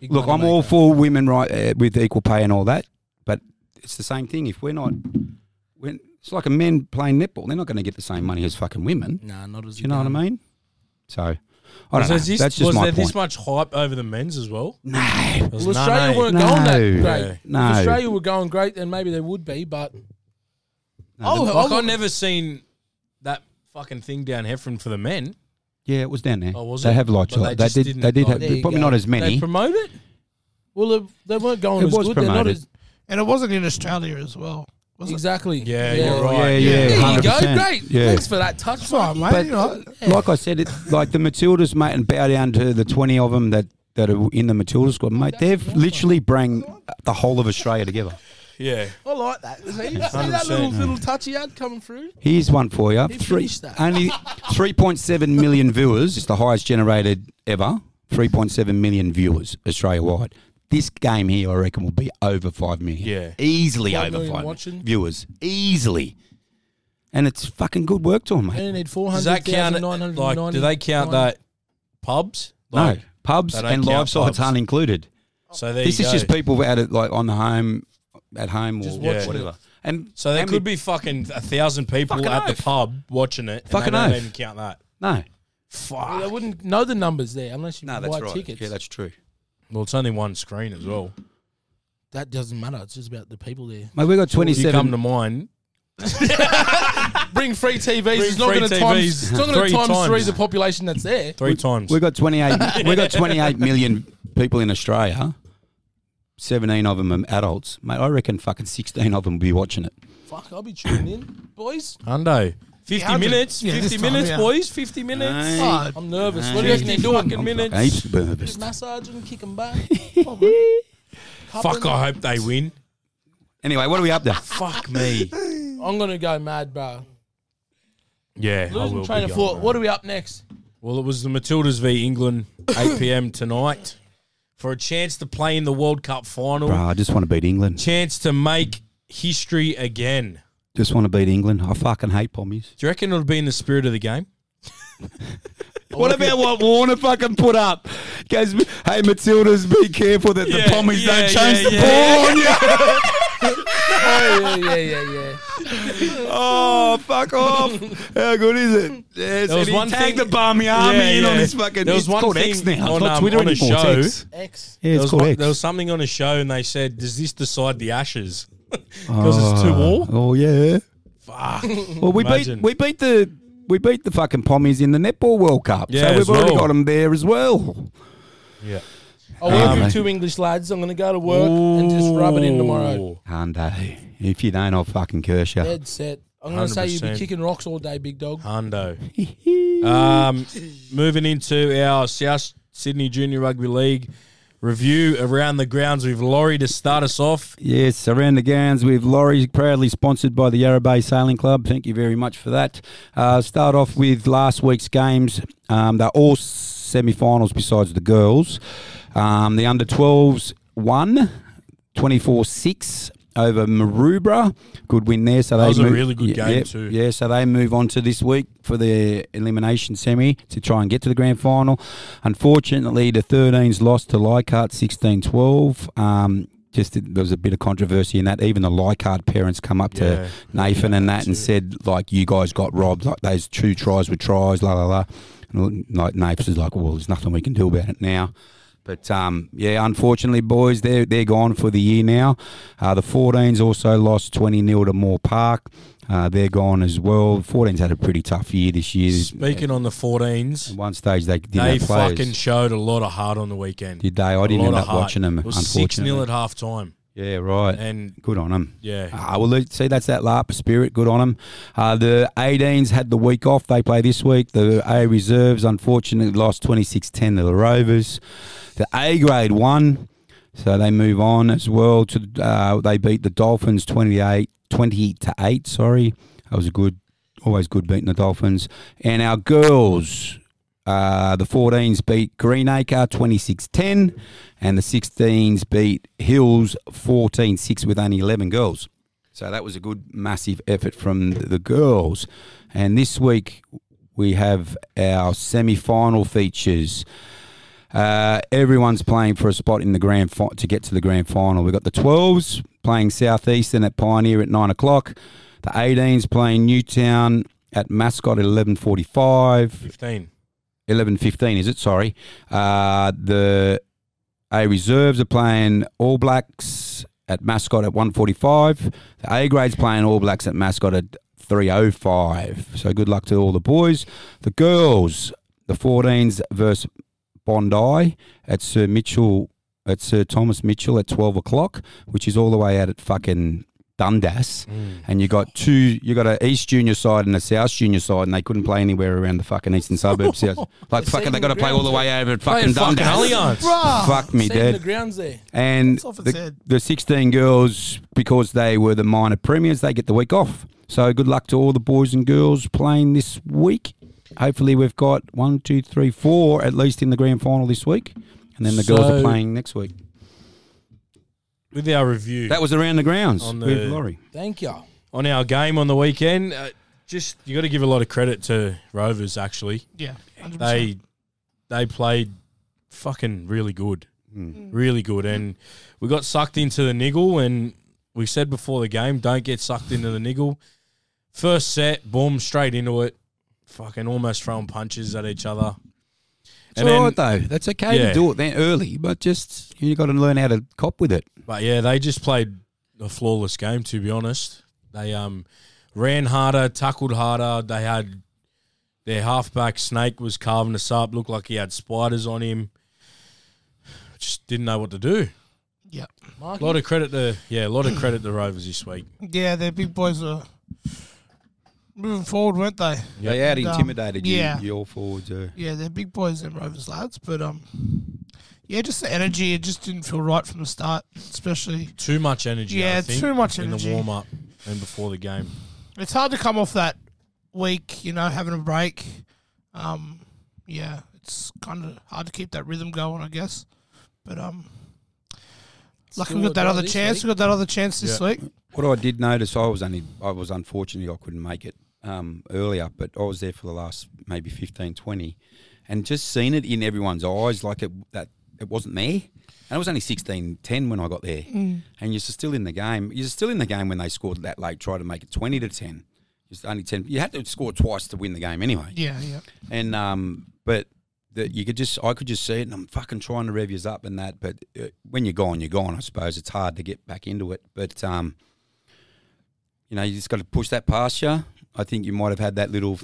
Big look, money I'm all maker. for women right uh, with equal pay and all that, but it's the same thing. If we're not, when it's like a men playing netball, they're not going to get the same money as fucking women. Do Nah, not as you know what I mean? So I don't So know. is this- That's was just my there point. this much hype over the men's as well? no, It was Well, none, Australia eh? weren't No. going that Yeah. great. No. If Australia were going great, then maybe they would be. But no, Oh, the- like I've never seen that fucking thing down Heffron for the men. yeah, it was down there. Oh, was they it? have lights. But like- they They, just did. didn't- They did oh, have, there you probably go. not as They many. promote it. well, if they weren't going It as was good. They're not promoted. as And it wasn't in Australia as well. Was it? exactly. Yeah, you're right. Oh, yeah, Yeah. yeah, There you go. 100%. Great. Yeah. Thanks for that touch. That's all right, mate. But- you know, Like I said, it like the Matildas, mate, and bow down to the twenty of them that that are in the Matildas squad, mate. They've literally bring the whole of Australia together. Yeah. I like that. See, see that 100%. little little touchy ad coming through. Here's one for you. He Three, finished that. only 3.7 million viewers. It's the highest generated ever. 3.7 million viewers Australia wide. This game here, I reckon, will be over 5 million. Yeah. Easily Five over million 5 watching. viewers. Easily. And it's fucking good work to them, They mate. need four Does that hundred count? thousand it- nine hundred. Like, do they count that pubs? No. Like, Pubs They don't and count live sites pubs. aren't included. So there This you go. is just people at it, like on the home, at home Just or watching it. whatever. And So there how could be many- fucking a thousand people Fucking at oath. the pub watching it. and Fucking they don't oath. even count that. no, Fuck. Well, they wouldn't know the numbers there unless you no, that's buy right. tickets. Yeah, that's true. Well, it's only one screen as well. that doesn't matter. It's just about the people there. Mate, we got If you 27 come to mine, Bring free TVs. it's not free going to times. TVs It's not going three to times, three times. the population that's there. three times. We've got 28, we got 28 million people in Australia. 17 of them are adults. Mate, I reckon fucking 16 of them will be watching it. Fuck, I'll be tuning in, boys. Hundo. 50 Yeah, minutes, yeah, 50 this time, minutes, yeah. boys, 50 minutes. Aye. Oh, I'm nervous. Aye. What do you reckon they're doing? Fucking I'm minutes. fucking heaps nervous. Just massage and kick 'em back. Fuck, I hope they win. Anyway, what are we up to? Fuck me. I'm going to go mad, bro. Yeah, I Losing will train be of going, thought. bro. What are we up next? Well, it was the Matildas v England, 8 p.m. tonight, for a chance to play in the World Cup final, Bro, I just want to beat England. chance to make history again. Just want to beat England. I fucking hate pommies. Do you reckon it'll be in the spirit of the game? Oh, What about what Warner fucking put up? Goes, hey, Matildas, be careful that the Yeah, pommies yeah, don't change yeah, the yeah. ball on you. Oh, yeah, yeah, yeah, yeah. Oh, fuck off. How good is it? Yeah, so was he one thing- tagged the Barmy Army Yeah, in on yeah. this fucking... There was it's one called thing X now. It's on, not um, Twitter on a anymore, it's show. X. X. Yeah, There it's was, called one- X. there was something on a show and they said, does this decide the Ashes? Because it's too all? Oh yeah. Fuck. Well, we Imagine. beat we beat the we beat the fucking pommies in the netball World Cup. Yeah, so as we've already well. got them there as well. yeah. Ah, I work Um, with two English lads. I'm going to go to work and just rub it in tomorrow. Ooh. And they? If you don't, I'll fucking curse you. Dead set. I'm going to say you'll be 100%. kicking rocks all day, big dog. Hundo. um, moving into our South Sydney Junior Rugby League review around the grounds with Laurie to start us off. Yes, around the grounds with Laurie, proudly sponsored by the Yarra Bay Sailing Club. Thank you very much for that. Uh, start off with last week's games. Um, they're all semi-finals besides the girls. Um, the under 12s won 24-6 over Maroubra. Good win there. So they That was a move- really good Yeah, game yeah, too. Yeah, so they move on to this week for their elimination semi to try and get to the grand final. Unfortunately, the 13s lost to Leichhardt 16 12. Um, just that there was a bit of controversy in that. Even the Leichhardt parents come up to Nathan and that and said, like, you guys got robbed. Like, those two tries were tries, la, la, la. And like, Nathan's is like, well, there's nothing we can do about it now. But um, yeah, unfortunately, boys, they're, they're gone for the year now. Uh, the 14s also lost 20 0 to Moore Park. Uh, they're gone as well. 14s had a pretty tough year this year. Speaking on the 14s, At one stage, they didn't they have players. fucking showed a lot of heart on the weekend. Did they? I didn't a lot end of up heart. watching them, It was six 0 unfortunately. at half time, yeah, right. and Good on them. yeah, Ah, well, look, see, that's that LARP spirit. Good on them. Uh, the 18s had the week off. They play this week. The A reserves, unfortunately, lost 26 10 to the Rovers. The A grade won, so they move on as well. To uh, They beat the Dolphins 28 20 to 8. Sorry. That was a good, always good beating the Dolphins. And our girls. Uh, the 14s beat Greenacre 26 10, and the 16s beat Hills 14 6 with only 11 girls. So that was a good, massive effort from th- the girls. And this week we have our semi final features. Uh, everyone's playing for a spot in the grand fi- to get to the grand final. We've got the 12s playing Southeastern at Pioneer at 9 o'clock. The 18s playing Newtown at Mascot at 11.45. 15. 11.15 is it? Sorry. Uh, the A reserves are playing All Blacks at Mascot at 1.45. The A grade's playing All Blacks at Mascot at 3.05. So good luck to all the boys. The girls, the 14s versus Bondi at Sir Mitchell at Sir Thomas Mitchell at twelve o'clock, which is all the way out at fucking Dundas. Mm. And you got two you got a East Junior side and a South Junior side and they couldn't play anywhere around the fucking eastern suburbs. Yeah. like fucking they gotta play all the way over at Playing fucking fucking Dundas. Allianz. Ah, Fuck me, Saving the dead. grounds there. And off its the, head. the 16 girls, because they were the minor premiers, they get the week off. So good luck to all the boys and girls playing this week. Hopefully, we've got one, two, three, four at least in the grand final this week. And then the girls are So- playing next week. With our review That was around the grounds On the- with Laurie. Thank you. on our game on the weekend, uh, just you got to give a lot of credit to Rovers. Actually, Yeah, 100%. they they played fucking really good, Hmm. really good, and we got sucked into the niggle. And we said before the game, don't get sucked into the niggle. First set, boom, straight into it, fucking almost throwing punches at each other. It's all right though. That's okay Yeah. to do it then early, but just you got to learn how to cop with it. But yeah, they just played a flawless game. To be honest, they um ran harder, tackled harder. They had their halfback Snake was carving us up. Looked like he had spiders on him. Just didn't know what to do. yeah, A lot of credit to yeah, a lot of credit to Rovers this week. yeah, their big boys are moving forward, weren't they? They had Um, intimidated you, yeah. you all forwards. Uh, Yeah, they're big boys, them Rovers lads. But um, yeah, just the energy. It just didn't feel right from the start, especially. Too much energy. I Yeah, think, too much in the energy. warm up and before the game. It's hard to come off that week, you know, having a break. Um, yeah, it's kind of hard to keep that rhythm going, I guess. But um, lucky we Still got that got other this chance. week. We got that other chance this Yeah. week. What I did notice, I was only, I was unfortunately, I couldn't make it um, earlier, but I was there for the last maybe 15, 20, and just seen it in everyone's eyes, like it, that it wasn't there. And it was only 16, 10 when I got there, and you're still in the game. You're still in the game when they scored that late, try to make it 20 to 10. It's only 10. You had to score twice to win the game anyway. Yeah, yeah. And um, but that you could just, I could just see it, and I'm fucking trying to rev you up and that. But uh, when you're gone, you're gone. I suppose it's hard to get back into it. But um, you know, you just got to push that past you. I think you might have had that little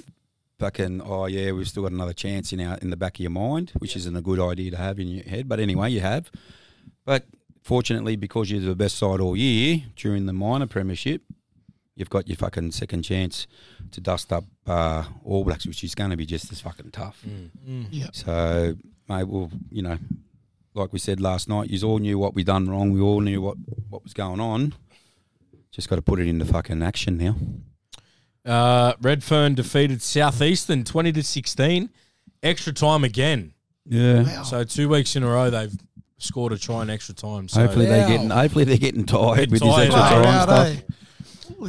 fucking, oh yeah, we've still got another chance in our in the back of your mind, which isn't a good idea to have in your head. But anyway, you have. But fortunately, because you're the best side all year during the minor premiership, you've got your fucking second chance to dust up uh, All Blacks, which is going to be just as fucking tough. Mm. Yeah. So, mate, well, you know, like we said last night, you all knew what we done wrong. We all knew what, what was going on. Just got to put it into fucking action now. Uh, Redfern defeated Southeastern twenty to sixteen, extra time again. Yeah. Wow. So two weeks in a row they've scored a try in extra time. So Hopefully they're Wow. getting hopefully they're getting tired with Tired. this extra Far Far time out, stuff.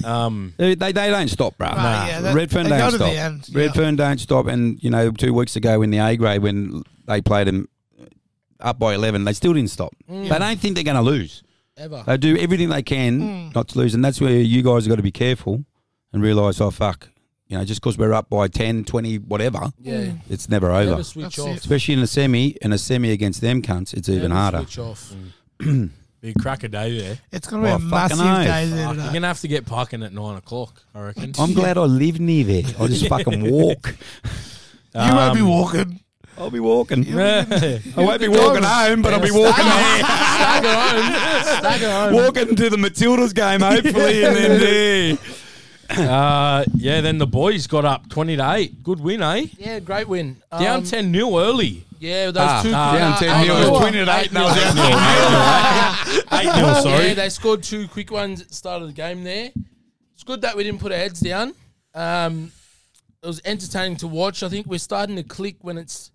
eh? um, They, they, they don't stop, bro. Nah. yeah, that- Redfern they don't go to the stop. end, yeah. Redfern don't stop. And you know, two weeks ago in the A grade when they played them up by eleven, they still didn't stop. Mm. They don't think they're going to lose. Ever. They do everything they can not to lose, and that's where you guys have got to be careful and realise, oh fuck, you know, just because we're up by 10, 20, whatever, Yeah. it's never over. Never switch That's off. it. Especially in a semi, and a semi against them cunts, it's even Never harder. Switch off. big cracker day there. It's gonna be Oh, a fucking massive oath. day there eh? Fuck, you're today. gonna have to get parking at nine o'clock, I reckon. I'm glad I live near there. I just fucking walk. You won't be Um, walking. I'll be walking. Yeah. I won't be walking home, but I'll be walking there. Stagger Mm. home. Stagger home. walking to the Matildas game, hopefully, and then there. uh, yeah, then the boys got up twenty to eight. Good win, eh? Yeah, great win. Um, Down ten 0 early. Uh, Yeah, those two. Oh, ah, down 10 nil. It was 20 to eight, now nil. down Eight 0 sorry. Yeah, they scored two quick ones at the start of the game there. It's good that we didn't put our heads down. Um, it was entertaining to watch. I think we're starting to click when it's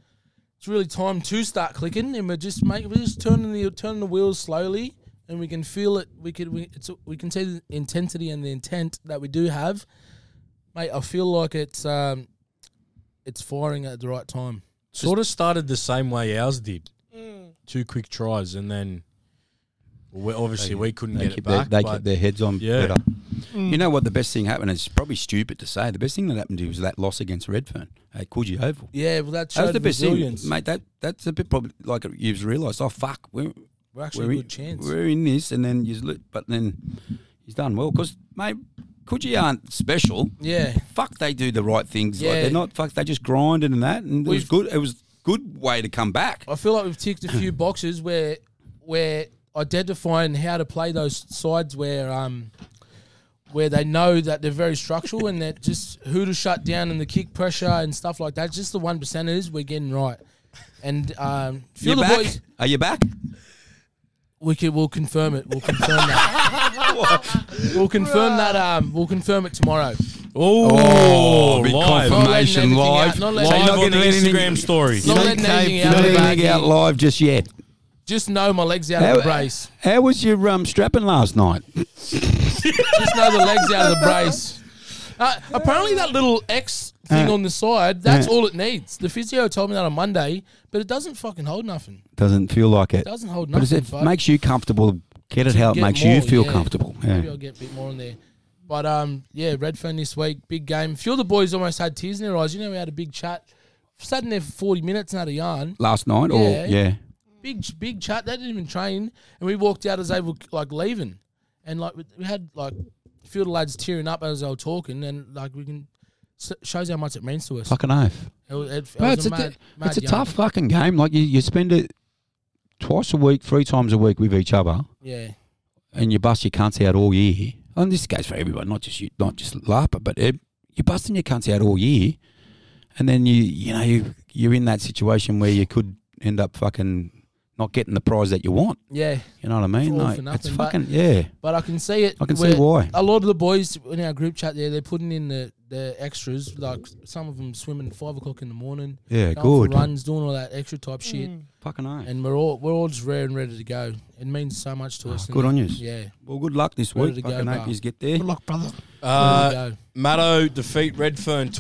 it's really time to start clicking, and we're just making we're just turning the turning the wheels slowly and we can feel it. We could we it's we can see the intensity and the intent that we do have, mate. I feel like it's um, it's firing at the right time. Sort of started the same way ours did. Two quick tries, and then we, obviously we couldn't They get keep, it their, back. they but keep their heads on Yeah. better. Mm. You know what? The best thing happened. It's probably stupid to say. The best thing that happened to you was that loss against Redfern at Coogee Oval. Yeah, well that That showed was the best thing, resilience. mate. That that's a bit probably like you've realised. Oh fuck, we're, We're actually we're a in, good chance. We're in this, and then you look, but then he's done well because mate, Coogee aren't special. Yeah, Fuck, they do the right things. Like Yeah. they're not. Fuck, they just grinding and that, and it was We've- good. It was good way to come back. I feel like we've ticked a few boxes where we're identifying how to play those sides where um where they know that they're very structural and that just who to shut down and the kick pressure and stuff like that. Just the one percenters we're getting right. And um, You feel the back? boys. Are you back? We can, we'll confirm it. We'll confirm that. we'll confirm that. Um, we'll confirm it tomorrow. oh, big live, confirm- confirmation Not letting live. anything out, not letting- live So you're not on gonna the let anything- Instagram story. Not letting anything out not of the letting bag. anything out live just yet. Just know my legs out of the brace. how was your um, strapping last night? Just know the legs out of the brace. Uh, apparently, that little X thing Uh, on the side, that's uh. all it needs. The physio told me that on Monday, but it doesn't fucking hold nothing. Doesn't feel like it. It doesn't hold But nothing. it's- it but makes you comfortable. Get it how it get makes more, you feel yeah. comfortable. Maybe Yeah. I'll get a bit more on there. But um, yeah, Redfern this week, big game. Few of the boys almost had tears in their eyes. You know, we had a big chat. Sat in there for 40 minutes and had a yarn. Last night, Yeah. or yeah, big big chat. They didn't even train, and we walked out as they were like leaving, and like we- we had like a few of the lads tearing up as they were talking, and like we can s- shows how much it means to us. fucking oath. It was, it, it Mate, was it's a a, mad, di- mad it's a yarn. tough fucking game. Like you, you spend it twice a week, three times a week with each other, Yeah, and you bust your cunts out all year. And this goes for everyone, not just you, not just Lapa, but ev- you're busting your cunts out all year, and then you, you know, you you're in that situation where you could end up fucking not getting the prize that you want. yeah. You know what I mean? It's all Like, for it's nothing, but- fucking yeah. But I can see it. I can see where why. A lot of the boys in our group chat there, they're putting in the, the extras. Like some of them swimming at five o'clock in the morning. Yeah, going for good. runs, doing all that extra type shit, Fucking oath. and we're all we're all just rare and ready to go. It means so much to us. Ah, and good on it- yous. Yeah, Well, good luck this Where week. did it Fucking go, hope pal? you get there. Good luck, brother. Ready to Uh, go. Maddo defeat Redfern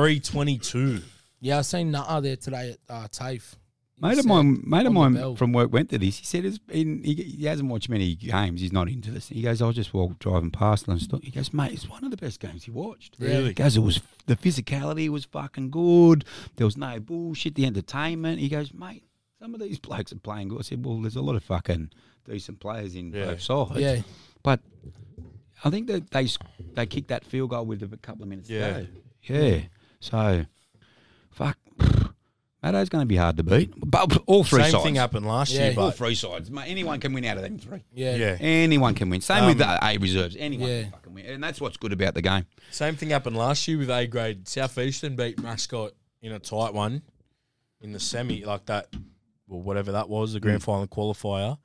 23-22. Yeah, I seen Nutter there today at uh, TAFE. uh, Mate of said mine, mate of on the mine bell. from work went to this. He said it's in, he, he hasn't watched many games. He's not into this. He goes, I was just walk driving past and stuff. He goes, mate, it's one of the best games he watched. Really? He goes, it was the physicality was fucking good. There was no bullshit. The entertainment. He goes, mate, some of these blokes are playing good. I said, well, there's a lot of fucking decent players in Yeah. both sides. Yeah. but I think that they s- they kicked that field goal with a couple of minutes Yeah. to go. Yeah, so fuck. Maddo's going to be hard to beat. But all three Same sides. thing happened last Yeah. year, All but three sides. Mate, anyone can win out of them three. Yeah. yeah. Um, Anyone can win. Same with the A reserves. Anyone yeah. can fucking win. And that's what's good about the game. Same thing happened last year with A grade. Southeastern beat Mascot in a tight one in the semi, like that, well, whatever that was, the grand final qualifier.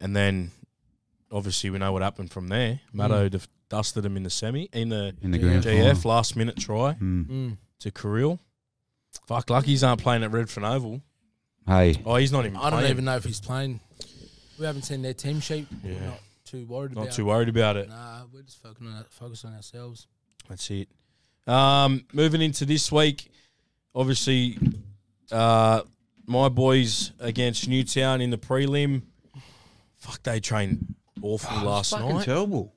And then obviously we know what happened from there. Maddo def- dusted him in the semi, in the In the Yeah. grand final. GF last minute try Mm. to Kirill. Fuck, luckies aren't playing at Redfern Oval. Hey, Oh, he's not even I don't playing. even know if he's playing. We haven't seen their team sheet. We're Yeah. not too worried Not about too worried about it. Nah, we're just focusing on, focus on ourselves. That's it. Um, moving into this week, obviously, uh, my boys against Newtown in the prelim. Fuck, they trained Oh, awful last night. terrible.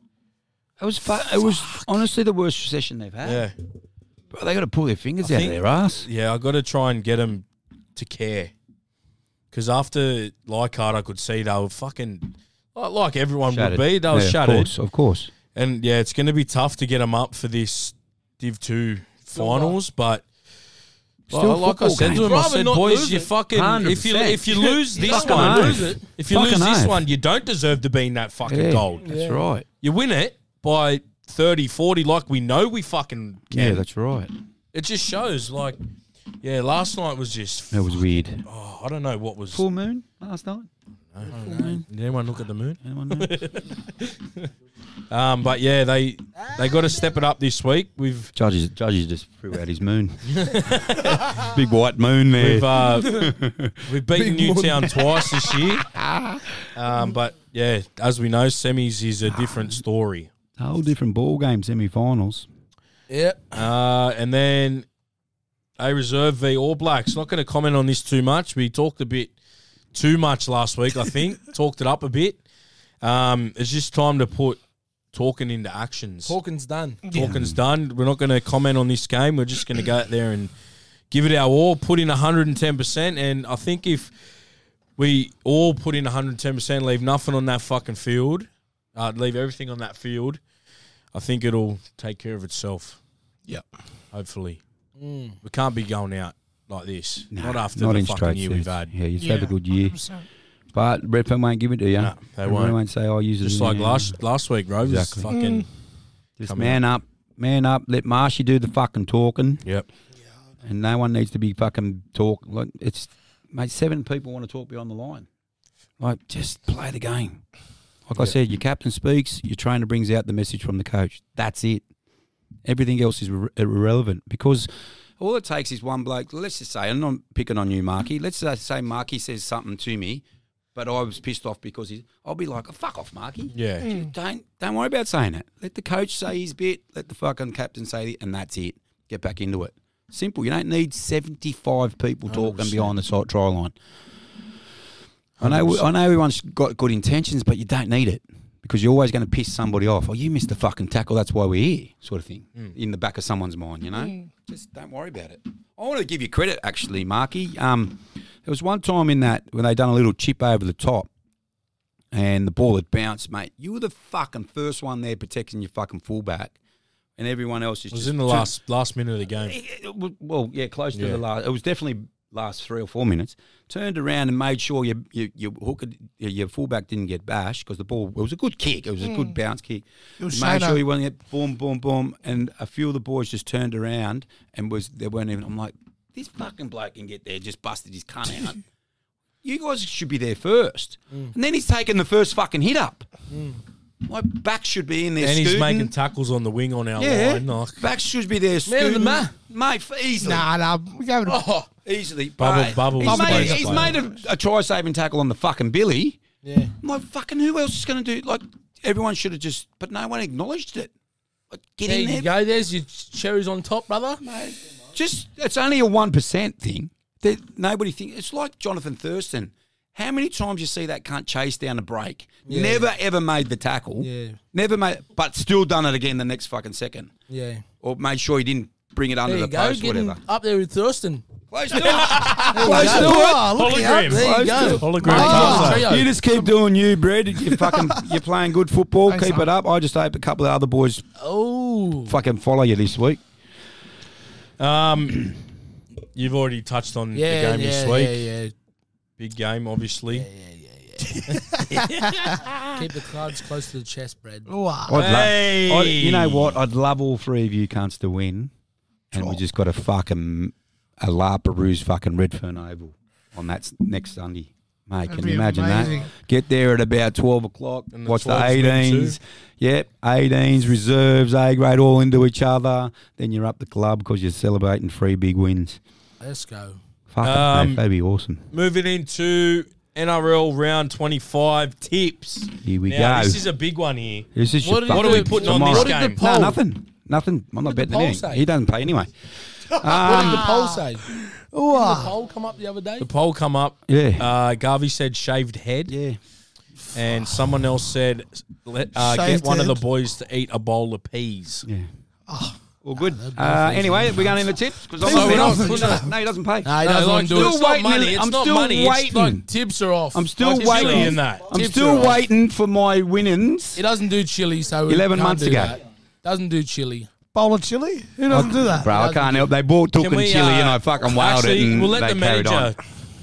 It was fu- it was honestly the worst session they've had. yeah, Bro, they got to pull their fingers I out think- of their ass. yeah. I got to try and get them to care because after Leichhardt, I could see they were fucking like, like everyone would be. They were Yeah, shattered, Of course, of course. and yeah, it's going to be tough to get them up for this Div Two finals, but. Still Well, like I football said game. to him, I Rather said, not boys, lose you it." fucking if you 100%. if you lose this Fucking one, lose it. if you Fucking lose this oath. one, you don't deserve to be in that fucking Yeah, gold. That's right. You win it by 30, 40, like we know we fucking Yeah, can. that's right. it just shows, like, yeah, last night was just, That was weird. oh, I don't know what was. Full moon last night. Did anyone look at the moon? Anyone know? Um, but yeah, they they got to step it up this week. We've Judges, judges just threw out his moon. Big white moon there. uh, we've uh, we've beaten Newtown twice this year. Um, but yeah, as we know, semis is a different story. A whole different ball game, semi-finals. Yep. Uh, and then a reserve v All Blacks. Not going to comment on this too much. We talked a bit too much last week, I think. talked it up a bit. Um, it's just time to put talking into actions. Hawkins done. Talking's done. We're not going to comment on this game. We're just going to go out there and give it our all, put in 110%. And I think if we all put in 110%, leave nothing on that fucking field, uh, leave everything on that field, I think it'll take care of itself, Yep. hopefully. Mm, We can't be going out like this. not after Not the in fucking straight year sets. we've had. Yeah, you just yeah. have a good year. 100%. But Redfern won't give it to you. No, they Redfern won't. won't say, oh, use it Just in like there." last last week, Rovers Exactly. Mm. fucking. Just coming man up. Man up. Let Marshy do the fucking talking. Yep. And no one needs to be fucking talk. Like, it's, mate, seven people want to talk beyond the line. Like, just play the game. Like I said, your captain speaks, your trainer brings out the message from the coach. That's it. Everything else is irre- irrelevant because all it takes is one bloke. Let's just say, I'm not picking on you, Marky. Let's just say Marky says something to me, but I was pissed off because he's, I'll be like, oh, fuck off, Marky. Yeah. Don't don't worry about saying it. Let the coach say his bit. Let the fucking captain say it, and that's it. Get back into it. Simple. You don't need seventy five people talking behind the side try line. I know. I know everyone's got good intentions, but you don't need it because you're always going to piss somebody off. Oh, you missed the fucking tackle. That's why we're here, sort of thing. Hmm. In the back of someone's mind, you know. Just don't worry about it. I wanted to give you credit, actually, Marky. Um, there was one time in that when they done a little chip over the top, and the ball had bounced, mate. You were the fucking first one there protecting your fucking fullback, and everyone else It is was just in the last last minute of the game. it- it was- well, yeah, close to Yeah. the last. It was definitely last three or four minutes. Turned around and made sure your your, your hooker, your, your fullback didn't get bashed because the ball it was a good kick. It was a good bounce kick. Hmm. It was made Shana. sure you wasn't get boom, boom, boom, and a few of the boys just turned around and was they weren't even. I'm like, this fucking bloke can get there. Just busted his cunt out. You guys should be there first, Hmm. and then he's taking the first fucking hit up. My back should be in there. And he's scooting. making tackles on the wing on our Yeah, line. Like, back should be there. Man of the scooting. ma- mate, easily. Nah, nah. We gave it a Oh, Easily. Bubble- but Bubble He's was made, the he's best made a, a try saving tackle on the fucking Billy. yeah. I'm like, fucking who else is going to do Like, everyone should have just, but no one acknowledged it. Like, get There in there. you go. There's your cherries on top, brother. mate. Just, it's only a 1% thing that nobody thinks. It's like Jonathan Thurston. How many times you see that cunt chase down a break? Never, ever made the tackle. Yeah. Never made, but still done it again the next fucking second. Yeah. Or made sure he didn't bring it under There you the go. post, Getting whatever. up there with Thurston. Close to it. There you Close go. to it. Hologram. There you go. Hologram. Oh, Ah, Taylor. trio. You just keep doing you, Brad. You fucking, you're playing good football. Thanks, keep son. it up. I just hope a couple of other boys Oh. fucking follow you this week. Um, you've already touched on Yeah, the game yeah, this week. yeah, yeah. Big game, obviously. Keep the cards close to the chest, Brad. Wow. I'd Hey. love, I'd- you know what? I'd love all three of you cunts to win, and Oh. we just got a fucking a La Perouse fucking Redfern Oval on that s- next Sunday. Mate, can be you imagine amazing. that? Get there at about twelve o'clock. And the watch the 12s win too. eighteens. Yep, eighteens reserves, A grade, all into each other. Then you're up the club because you're celebrating three big wins. Let's go. Fuck it, Um, mate, that'd be awesome. Moving into NRL round 25 tips. Here we now, go. this is a big one here. This is What your did- What are we fucking- putting on tomorrow. this What did the game? poll- No, nothing. Nothing. I'm not betting poll anything. say? He doesn't pay anyway. What did Um, the poll say? Did ah. the poll come up the other day? The poll come up. Yeah. Uh, Garvey said shaved head, yeah. and someone else said let, uh, get Shaved one of the head? boys to eat a bowl of peas. Yeah. Well, good. Uh, anyway, we're going in the tips because I'm No, not we're not. betting on- No, he doesn't pay. Nah, he doesn't want to do still it. it's not waiting money. in- It's I'm not still money. It's like waiting. Tips are off. I'm still It's waiting. silly in that. I'm Tips are still off. waiting for my winnings. It doesn't do chili, so we 11 can't months do ago. That. Doesn't do chili. Bowl of chili? Who doesn't do that? Oh, Bro, I can't help. They bought took Can and we, chili, uh, and I fucking wailed it. Actually, And we'll let they the carried on. manager.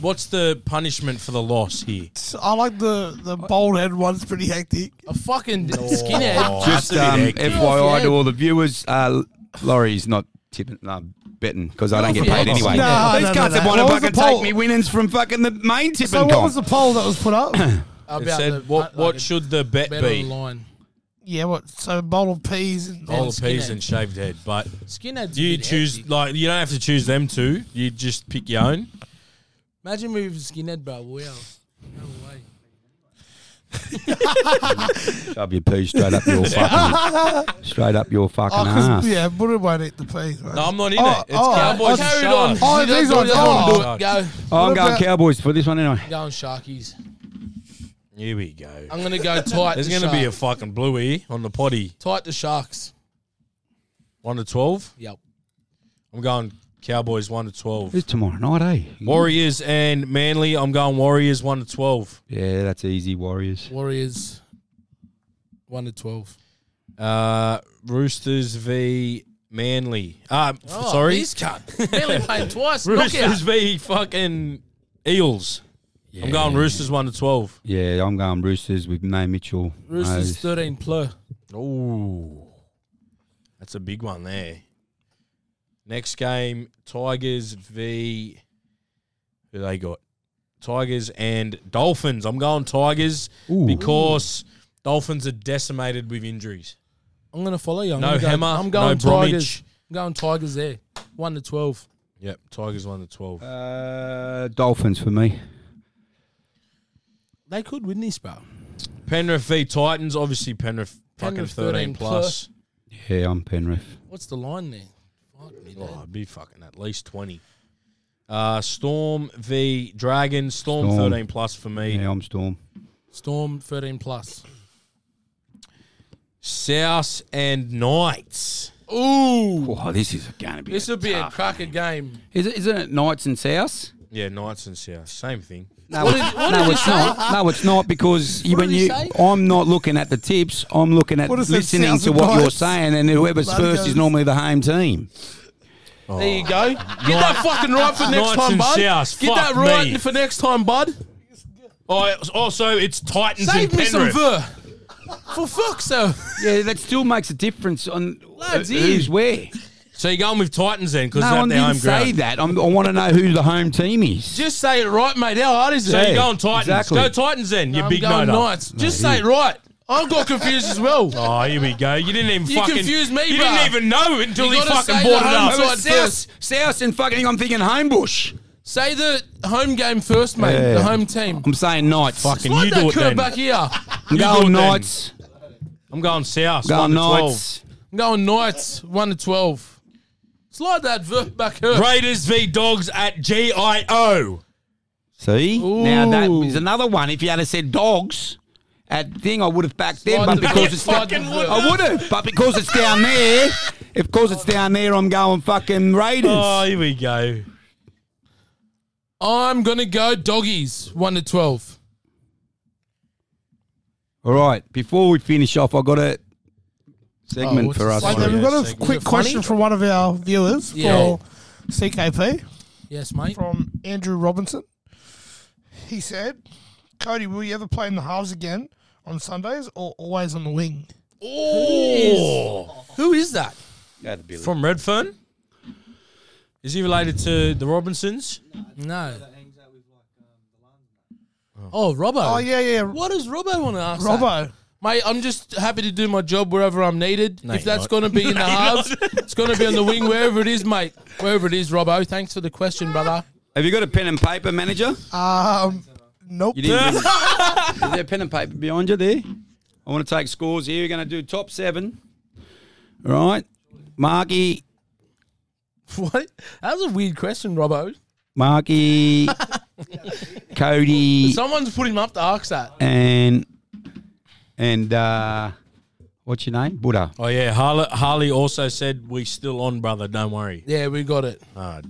What's the punishment for the loss here? I like the the Oh. bald head one's pretty hectic. A fucking skinhead. Just That's a um, bit hectic. FYI Yeah. to all the viewers, uh, Laurie's not tipping, no, betting because I don't get yeah. paid anyway. No, These no, no, cunts that no. want to What was fucking the poll? take me winnings from fucking the main tipping So what comp. was the poll that was put up? It said what what should the bet bet be? online? yeah, what? So bowl of peas and Bowl of peas skinhead. and shaved head, but Skinheads. a you bit choose hectic. like you don't have to choose them two. You just pick your own. Imagine we were skinhead, bro. Wow. No way. Shove your pee straight up your fucking, straight up your fucking Oh, 'cause- ass. yeah, Buddha won't eat the peas. Right? No, I'm not in Oh, it. It's oh, Cowboys and Carried on. Sharks. Oh, You don't- these you ones- don't wanna do oh. it. Go. Oh, I'm What going about- Cowboys for this one anyway. Going Sharkies. Here we go. I'm gonna go tight. There's to going to be a Sharks. fucking bluey on the potty. tight to Sharks. 1 to 12. Yep. I'm going Cowboys 1 to 12. It's tomorrow night, eh? Warriors and Manly. I'm going Warriors 1 to 12. Yeah, that's easy, Warriors. Warriors. One to twelve. Uh, Roosters v Manly. Uh, f- Oh, sorry. He's cut. Oh, Barely playing twice. Roosters Knockout. v fucking Eels. I'm going Roosters 1 to 12. Yeah, I'm going Roosters with no Mitchell. Roosters No, thirteen plus. Ooh. That's a big one there. Next game, Tigers v who they got? Tigers and Dolphins. I'm going Tigers Ooh. because Dolphins are decimated with injuries. I'm gonna follow you. I'm No gonna go- Hammer, I'm going no Bromwich. Tigers. I'm going Tigers there. One to twelve. Yep, Tigers 1 to 12. uh, Dolphins for me. They could win this, bro. Penrith v Titans, obviously Penrith, Penrith fucking 13 13 plus. Yeah, I'm Penrith. What's the line there? Fuck me, Oh, man. I'd be fucking at least 20. Uh, Storm v Dragons, Storm, Storm. 13 plus for me. Yeah, I'm Storm. Storm thirteen plus. South and Knights. Ooh, Oh, this is going to be. this will be a cracker game. Is it, isn't it Knights and South? Yeah, Knights and South, same thing. No, it's- no it's not. No, it's not because you, when did he you, say? I'm not looking at the tips. I'm looking at What is it, listening South to and what you're Knights? saying, and whoever's Bloody first is goes. normally the home team. There you go. Get that fucking right for next Knights time, Oh. and bud. Souths, Get that fuck right me. for next time, bud. Oh, also it's Titans Save and me some Penrith. ver. For fuck's sake. Yeah, that still makes a difference on Lads, who's yeah. where. so you're going with Titans then because No, I that's their didn't home say ground. that. I'm, I want to know who the home team is. Just say it right, mate. How hard is it? So Hey, you're going Titans. exactly. Go Titans then. You I'm big going no Knights. Just say it right. I got confused as well. Oh, here we go. You didn't even You fucking confused me, You bruh. didn't even know until You he gotta fucking say brought the it home up. side. Oh, it's South, first. South, and fucking I'm thinking Homebush. Say the home game first, mate. Yeah. The home team. I'm saying Knights. Fucking Slide you that do it curve then. back here. I'm you do going it then. Knights. I'm going South. Going 1 to 12. Knights. I'm going Knights, 1 to 12. Slide that ver back here. Raiders v Dogs at GIO. See? Now that Ooh. is another one. If you had have said dogs at thing, I would have backed them, Slide but the because fuck- it's slide fucking the fuck. I would have, but because it's down there, of course it's down there. I'm going fucking Raiders. Oh, here we go. I'm going to go doggies, 1 to 12. All right. Before we finish off, I got a Oh, segment what's for the us. segment? Now, here. we've Yeah, got a segment. quick Is it funny? question from one of our viewers Yeah. for CKP Yes, mate. from Andrew Robinson. He said, "Cody, will you ever play in the halves again on Sundays or always on the wing?" Oh. Who is that? From Redfern? Is he related to the Robinsons? No. Oh, Robbo. Oh yeah, yeah, What does Robbo want to ask? that? Robbo. Mate, I'm just happy to do my job wherever I'm needed. if you're that's not. going to be in the you're halves, not. it's going to be on the wing, wherever it is, mate. Wherever it is, Robbo. Thanks for the question, brother. Have you got a pen and paper manager? Um, nope. You didn't bring- Is there pen and paper behind you there? I want to take scores here. We're going to do top seven. All right. Marky, What? That was a weird question, Robbo. Marky, Cody, Someone's put him up to ask that. and and uh, what's your name? Buddha. Oh yeah, Harley, Harley also said we still on, brother. Don't worry. Yeah, we got it. Uh,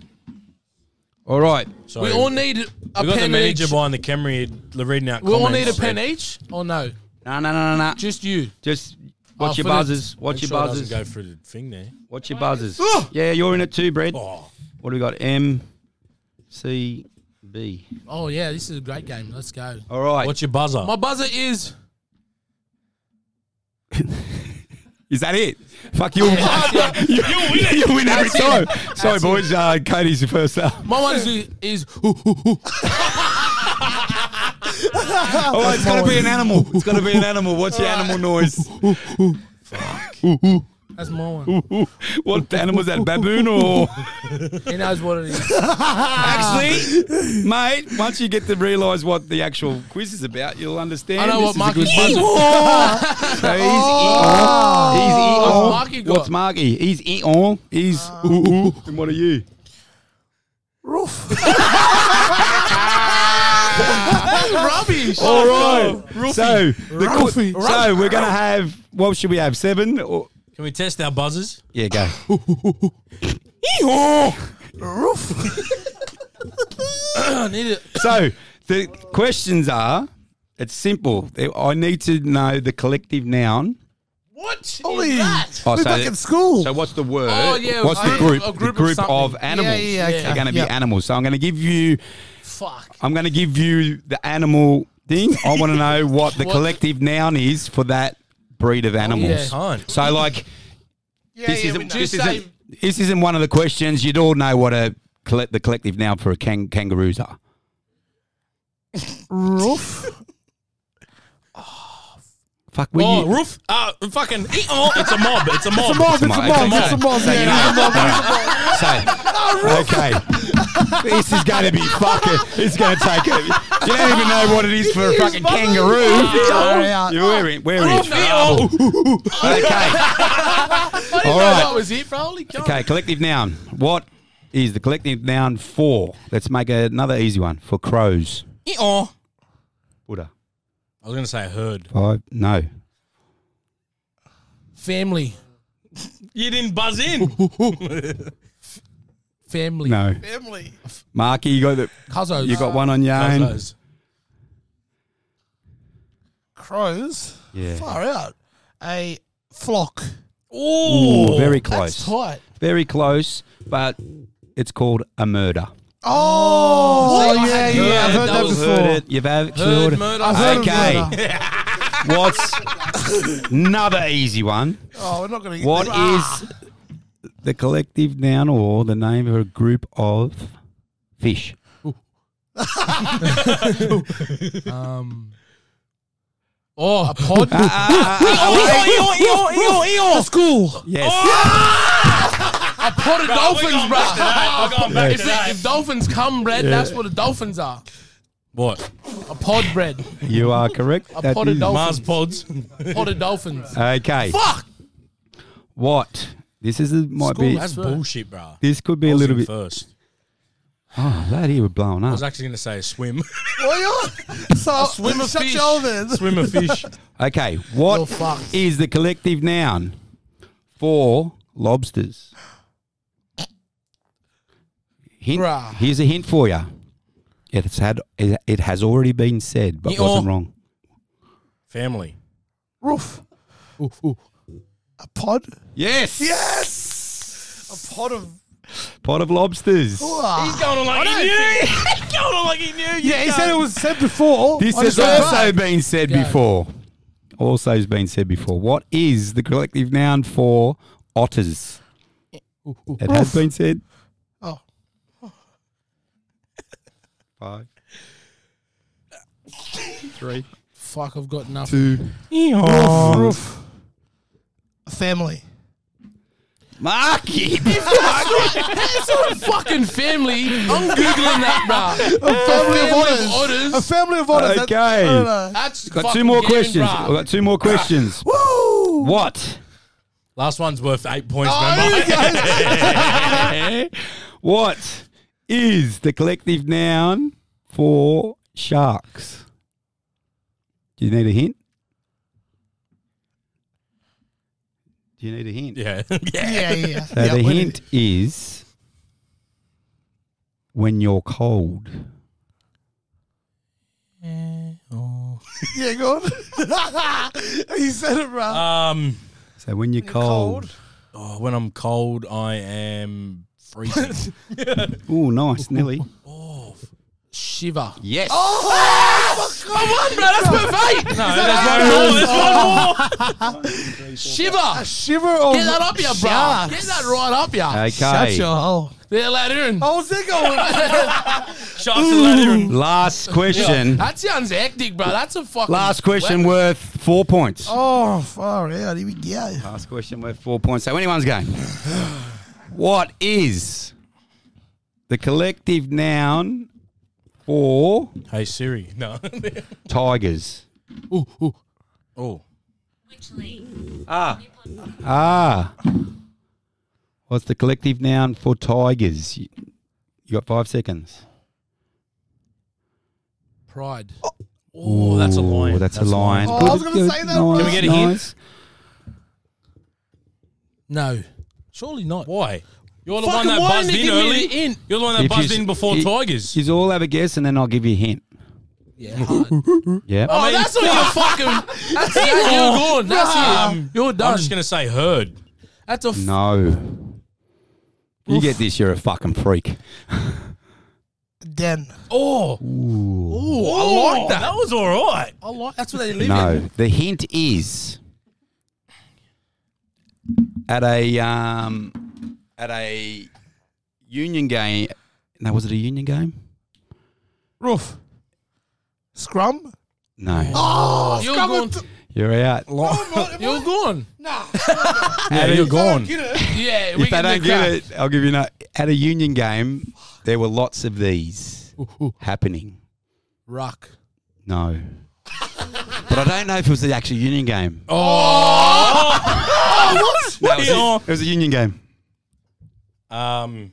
All right. sorry. We all need a We got the pen manager each. behind the camera here reading out. We all need comments. a pen each, or no? No, no, no, no, no. Just you. Just Oh, watch for your the- buzzers. Make Watch your sure it doesn't buzzers. Go through the thing there. Watch your buzzers. Yeah, you're in it too, Brad. Oh, What do we got? M, C, B. Oh yeah, this is a great game. Let's go. All right. what's your buzzer? My buzzer is. Is that it? Fuck you. you win it. you win every time. Sorry, boys. Uh, Cody's the first up. My one is. is Oh, it's got to be an animal. It's got to be an animal. What's the animal noise? That's my one. What animal was that? Baboon or He knows what it is. actually, mate? Once you get to realise what the actual quiz is about, you'll understand. I know This is what a Marky's good buzzing. So he's eat- he's eat all. What's Marky got? Oh. What's Marky? He's eat all. He's ooh, ooh. And what are you? Roof. Rubbish. All right. So, the qu- Ralphie. so we're gonna have what should we have? Seven or Can we test our buzzers? yeah, go. I need it. So the questions are. It's simple. I need to know the collective noun. What? Holy. Is that? Oh, We're so back the- in school. So what's the word? Oh, yeah, what's I- the group? a the group of group of, something. animals. Yeah, yeah, okay. They're going to be Yeah. animals. So I'm going to give you. Fuck. I'm going to give you the animal thing. I want to know what the What? collective noun is for that breed of animals. Can't. So like Oh, yeah, this yeah, we isn't know. this Just say- isn't this isn't one of the questions. You'd all know what a collect the collective noun for a kang- kangaroos are. Oh, roof. Fuck, we Oh, roof. Uh, fucking. eat all. It's a mob. It's a mob. It's a Mob, it's a mob. It's a mob. So you Yeah. know- So, okay. This is going to be fucking. It's going to take. A, you don't even know what it is for a fucking kangaroo. Sorry, uh, You're wearing. Where is? No. Okay. All That right. was it, bro. Holy cow. Okay. Collective noun. What is the collective noun for? Let's make another easy one for crows. Eat all. Buddha. I was gonna say herd. Five. No. Family. You didn't buzz in. Family. No. Family. Marky, you got the. Cousins. You got one on your own. Those. Crows. Yeah. Far out. A flock. Ooh, very That's close. tight. Very close, but it's called a murder. Oh, What? yeah, yeah. I've heard that that, was- before. Heard it. You've had Herd killed. murder. I've heard of Okay. murder. What's another easy one? Oh, we're not going to. What Ah. is the collective noun or the name of a group of fish? Um. Oh, a pod. ah, school? Yes. a pod of dolphins, bro. Dolphins, If, the- if dolphins come bred, that's what the dolphins are. What? A pod bred. You are correct. A That pot of is- dolphins. Mars pods. Pod of dolphins. Okay. Fuck. What? This is might School, be. That's Swear. bullshit, bro. This could be a little bit. first. Oh, that here was blown I up. was actually gonna say swim, Well, you're. So, swim of shut fish. your shoulders. swim a fish. Okay. What You're is fucked. the collective noun for lobsters? Hint, Bruh. here's a hint for you. It's had it, it has already been said, but Yeah. wasn't wrong. Family. Roof. A pod? Yes. Yes! A pod of. Pot of lobsters. He's going on like he knew. He's going on like he knew. Yeah, he said it was said before. This I has just went also been said Go. before. Also has been said before. What is the collective noun for otters? It has been said. Oh. Five. Three. Fuck, I've got Two. nothing. back. Roof. A family. Marky. Fucking family. I'm googling that, bro. A family of Family of otters. A otters. family of otters. Okay. That's- I don't know. That's got two fucking more getting, questions. I've bruh. got two more questions. Woo! what? Last one's worth eight points, Oh, remember? here we go. What is the collective noun for sharks? Do you need a hint? Do you need a hint? Yeah. yeah. yeah, yeah. So yeah the we hint did. is when you're cold. Yeah, go on. he said it, bro. Um. So when you're cold. Oh, when I'm cold, I am freezing. Oh, nice, Nelly. Shiver. Yes. That's perfect. no, there's one more. There's one more. Shiver. Shiver or Get that up here, bro. Sharks. Get that right up here. Okay. Shut your hole. They're allowed in. How's it going? Shots later. Last question. That sounds hectic, bro. That's a fucking. Last question worth four points. oh, far out. Here we go. Last question worth four points. So anyone's game. What is the collective noun for Hey Siri. No. tigers? Ooh, ooh. oh. Which league? Ah. Ah. What's the collective noun for tigers? You you got five seconds. Pride. Oh, that's a Oh, lion. that's, a lion. Oh, I was gonna say that. Can we get a hint? No. Surely not. Why? You're the Fucking one that why buzzed didn't in you give me early. the hint? You're the one that If buzzed you- in before you- Tigers. She's all have a guess, and then I'll give you a hint. Yeah. hard. Yeah. Oh, that's what you're fucking. That's it. You're gone. That's it. You're I'm done. just gonna say herd. That's a. F- No. You get this, you're a fucking freak. Den. Oh, Ooh, I like that. that was all right. I like. That's what they live in. No. The hint is at a um at a union game. No, was it a union game? Roof. Scrum. No. Oh, You're scrum. gone. and t- You're out. You're gone. nah. At a- gone. Get it. Yeah. if they don't get it, I'll give you no. At a union game, there were lots of these happening. Ruck. No. but I don't know if it was the actual union game. Oh, no, it, was a, Yeah. it was a union game. Um,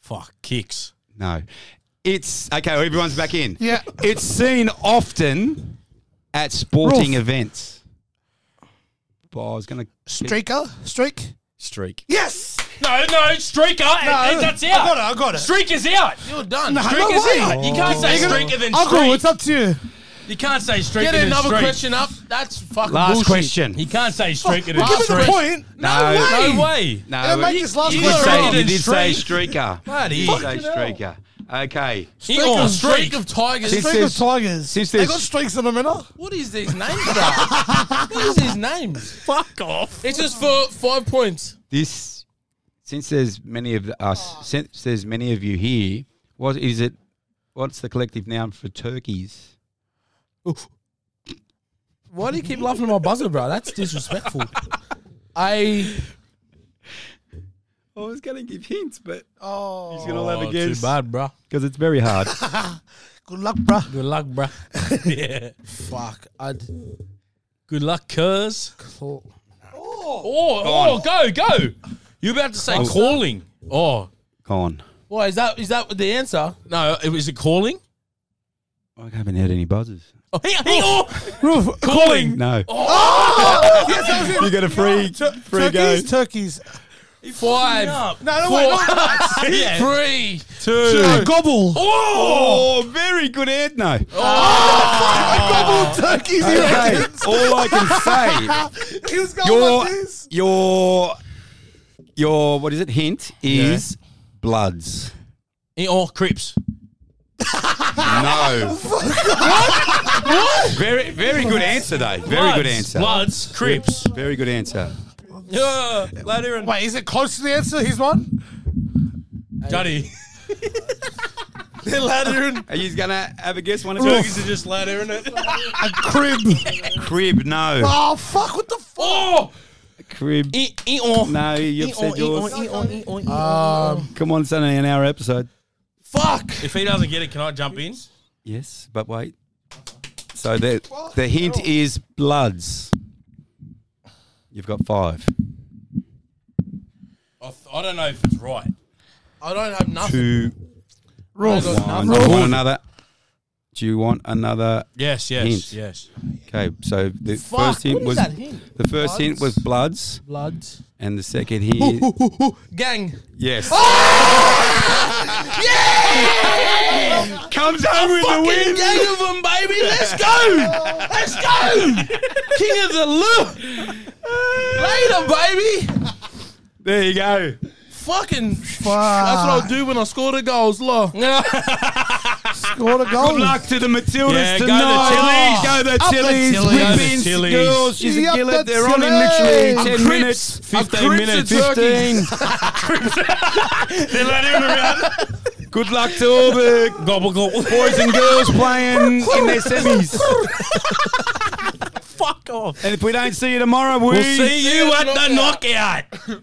fuck kicks. No. It's okay, everyone's back in. Yeah. It's seen often at sporting events. Well, I was going to Streaker. Streak. streak. Yes. No, no, streaker. and- and that's I out. got it. I got it. Streaker's out. You're done. Nah, Streaker's no way. out. You can't say streaker then Uncle, it's streak. up to you. You can't say streaker Get then another streak. question up. That's fucking Last bullshit. question. You can't say streaker then Well, give me the streak. point. No, No way. No, And I you- make this last you you got it did, question. wrong. say, you Did did say streaker. Bloody You did say fucking streaker. Okay. He Streak on of, streak streak. of tigers. Since Streak of there's- Tigers. since they there's- got streaks on them, innit? What is these names, bro? what is these names? Fuck off. It's just for five points. This, since there's many of us, since there's many of you here, what is it? What's the collective noun for turkeys? Why do you keep laughing at my buzzer, bro? That's disrespectful. I I was going to give hints, but Oh, he's going to have a too guess bad, bro. because it's very hard. good luck, bruh. Good luck, bro. yeah. fuck. I'd Good luck, cuz. call. Oh, oh, go, go. You're about to say calling. Oh, Gone. Why is that? Is that the answer? no. it- Is it calling? I haven't heard any buzzers. Oh, hey, hey, oh. Calling. No. Oh! yes, that was it. You get a free, free go. turkeys, turkeys. Five, No, no, wait. four, No. yeah. three. Uh, gobble. Oh, very good ad. No. Oh. gobble turkeys. he Okay. reckons. All I can say He was going your like this. your your what is it? Hint is bloods. Hey, Oh, Crips. No. what? Very very good answer though. Very good Bloods, answer. Bloods, Crips. Very good answer. Yeah, later and Wait, is it close to the answer? He's one. Duddy. They're ladder and Are you gonna have a guess one of Turkeys are just ladder in it. a crib. Crib, no. oh fuck! What the fuck? Oh, Crib. E, eh, eh, oh. No, you've said yours. Um, Come on, Sunday, an hour episode. fuck. If he doesn't get it, can I jump in? Yes, but wait. So the the hint is bloods. You've got five. I, th- I don't know if it's right. I don't have nothing. Two Roof. One. Do you want another? Do you want another? Yes, yes, Hint. yes. Okay, so the Fuck, first what hint is was that hint? the first hint was bloods, Blood. and the second hint, Gang. yes, Oh! comes home with the win. Gang of them, baby. Let's go. Let's go. King of the loop. Later, baby. There you go. fucking. That's what I'll do when I score the goals, law. Scored a goal. Good luck to the Matildas Yeah, go the Tillies. tonight. Go the Up the Tillies. Tillies. We've Go the been Tillies. girls. She's Yep, a killer. that's They're on in Tillies. literally Up 10 Crips. minutes. Up 15 Crips minutes. and turkeys. 15. They're letting him around. Good luck to all the Gobble, gobble. boys and girls playing in their semis. Fuck off. And if we don't see you tomorrow, we We'll see you at the knockout.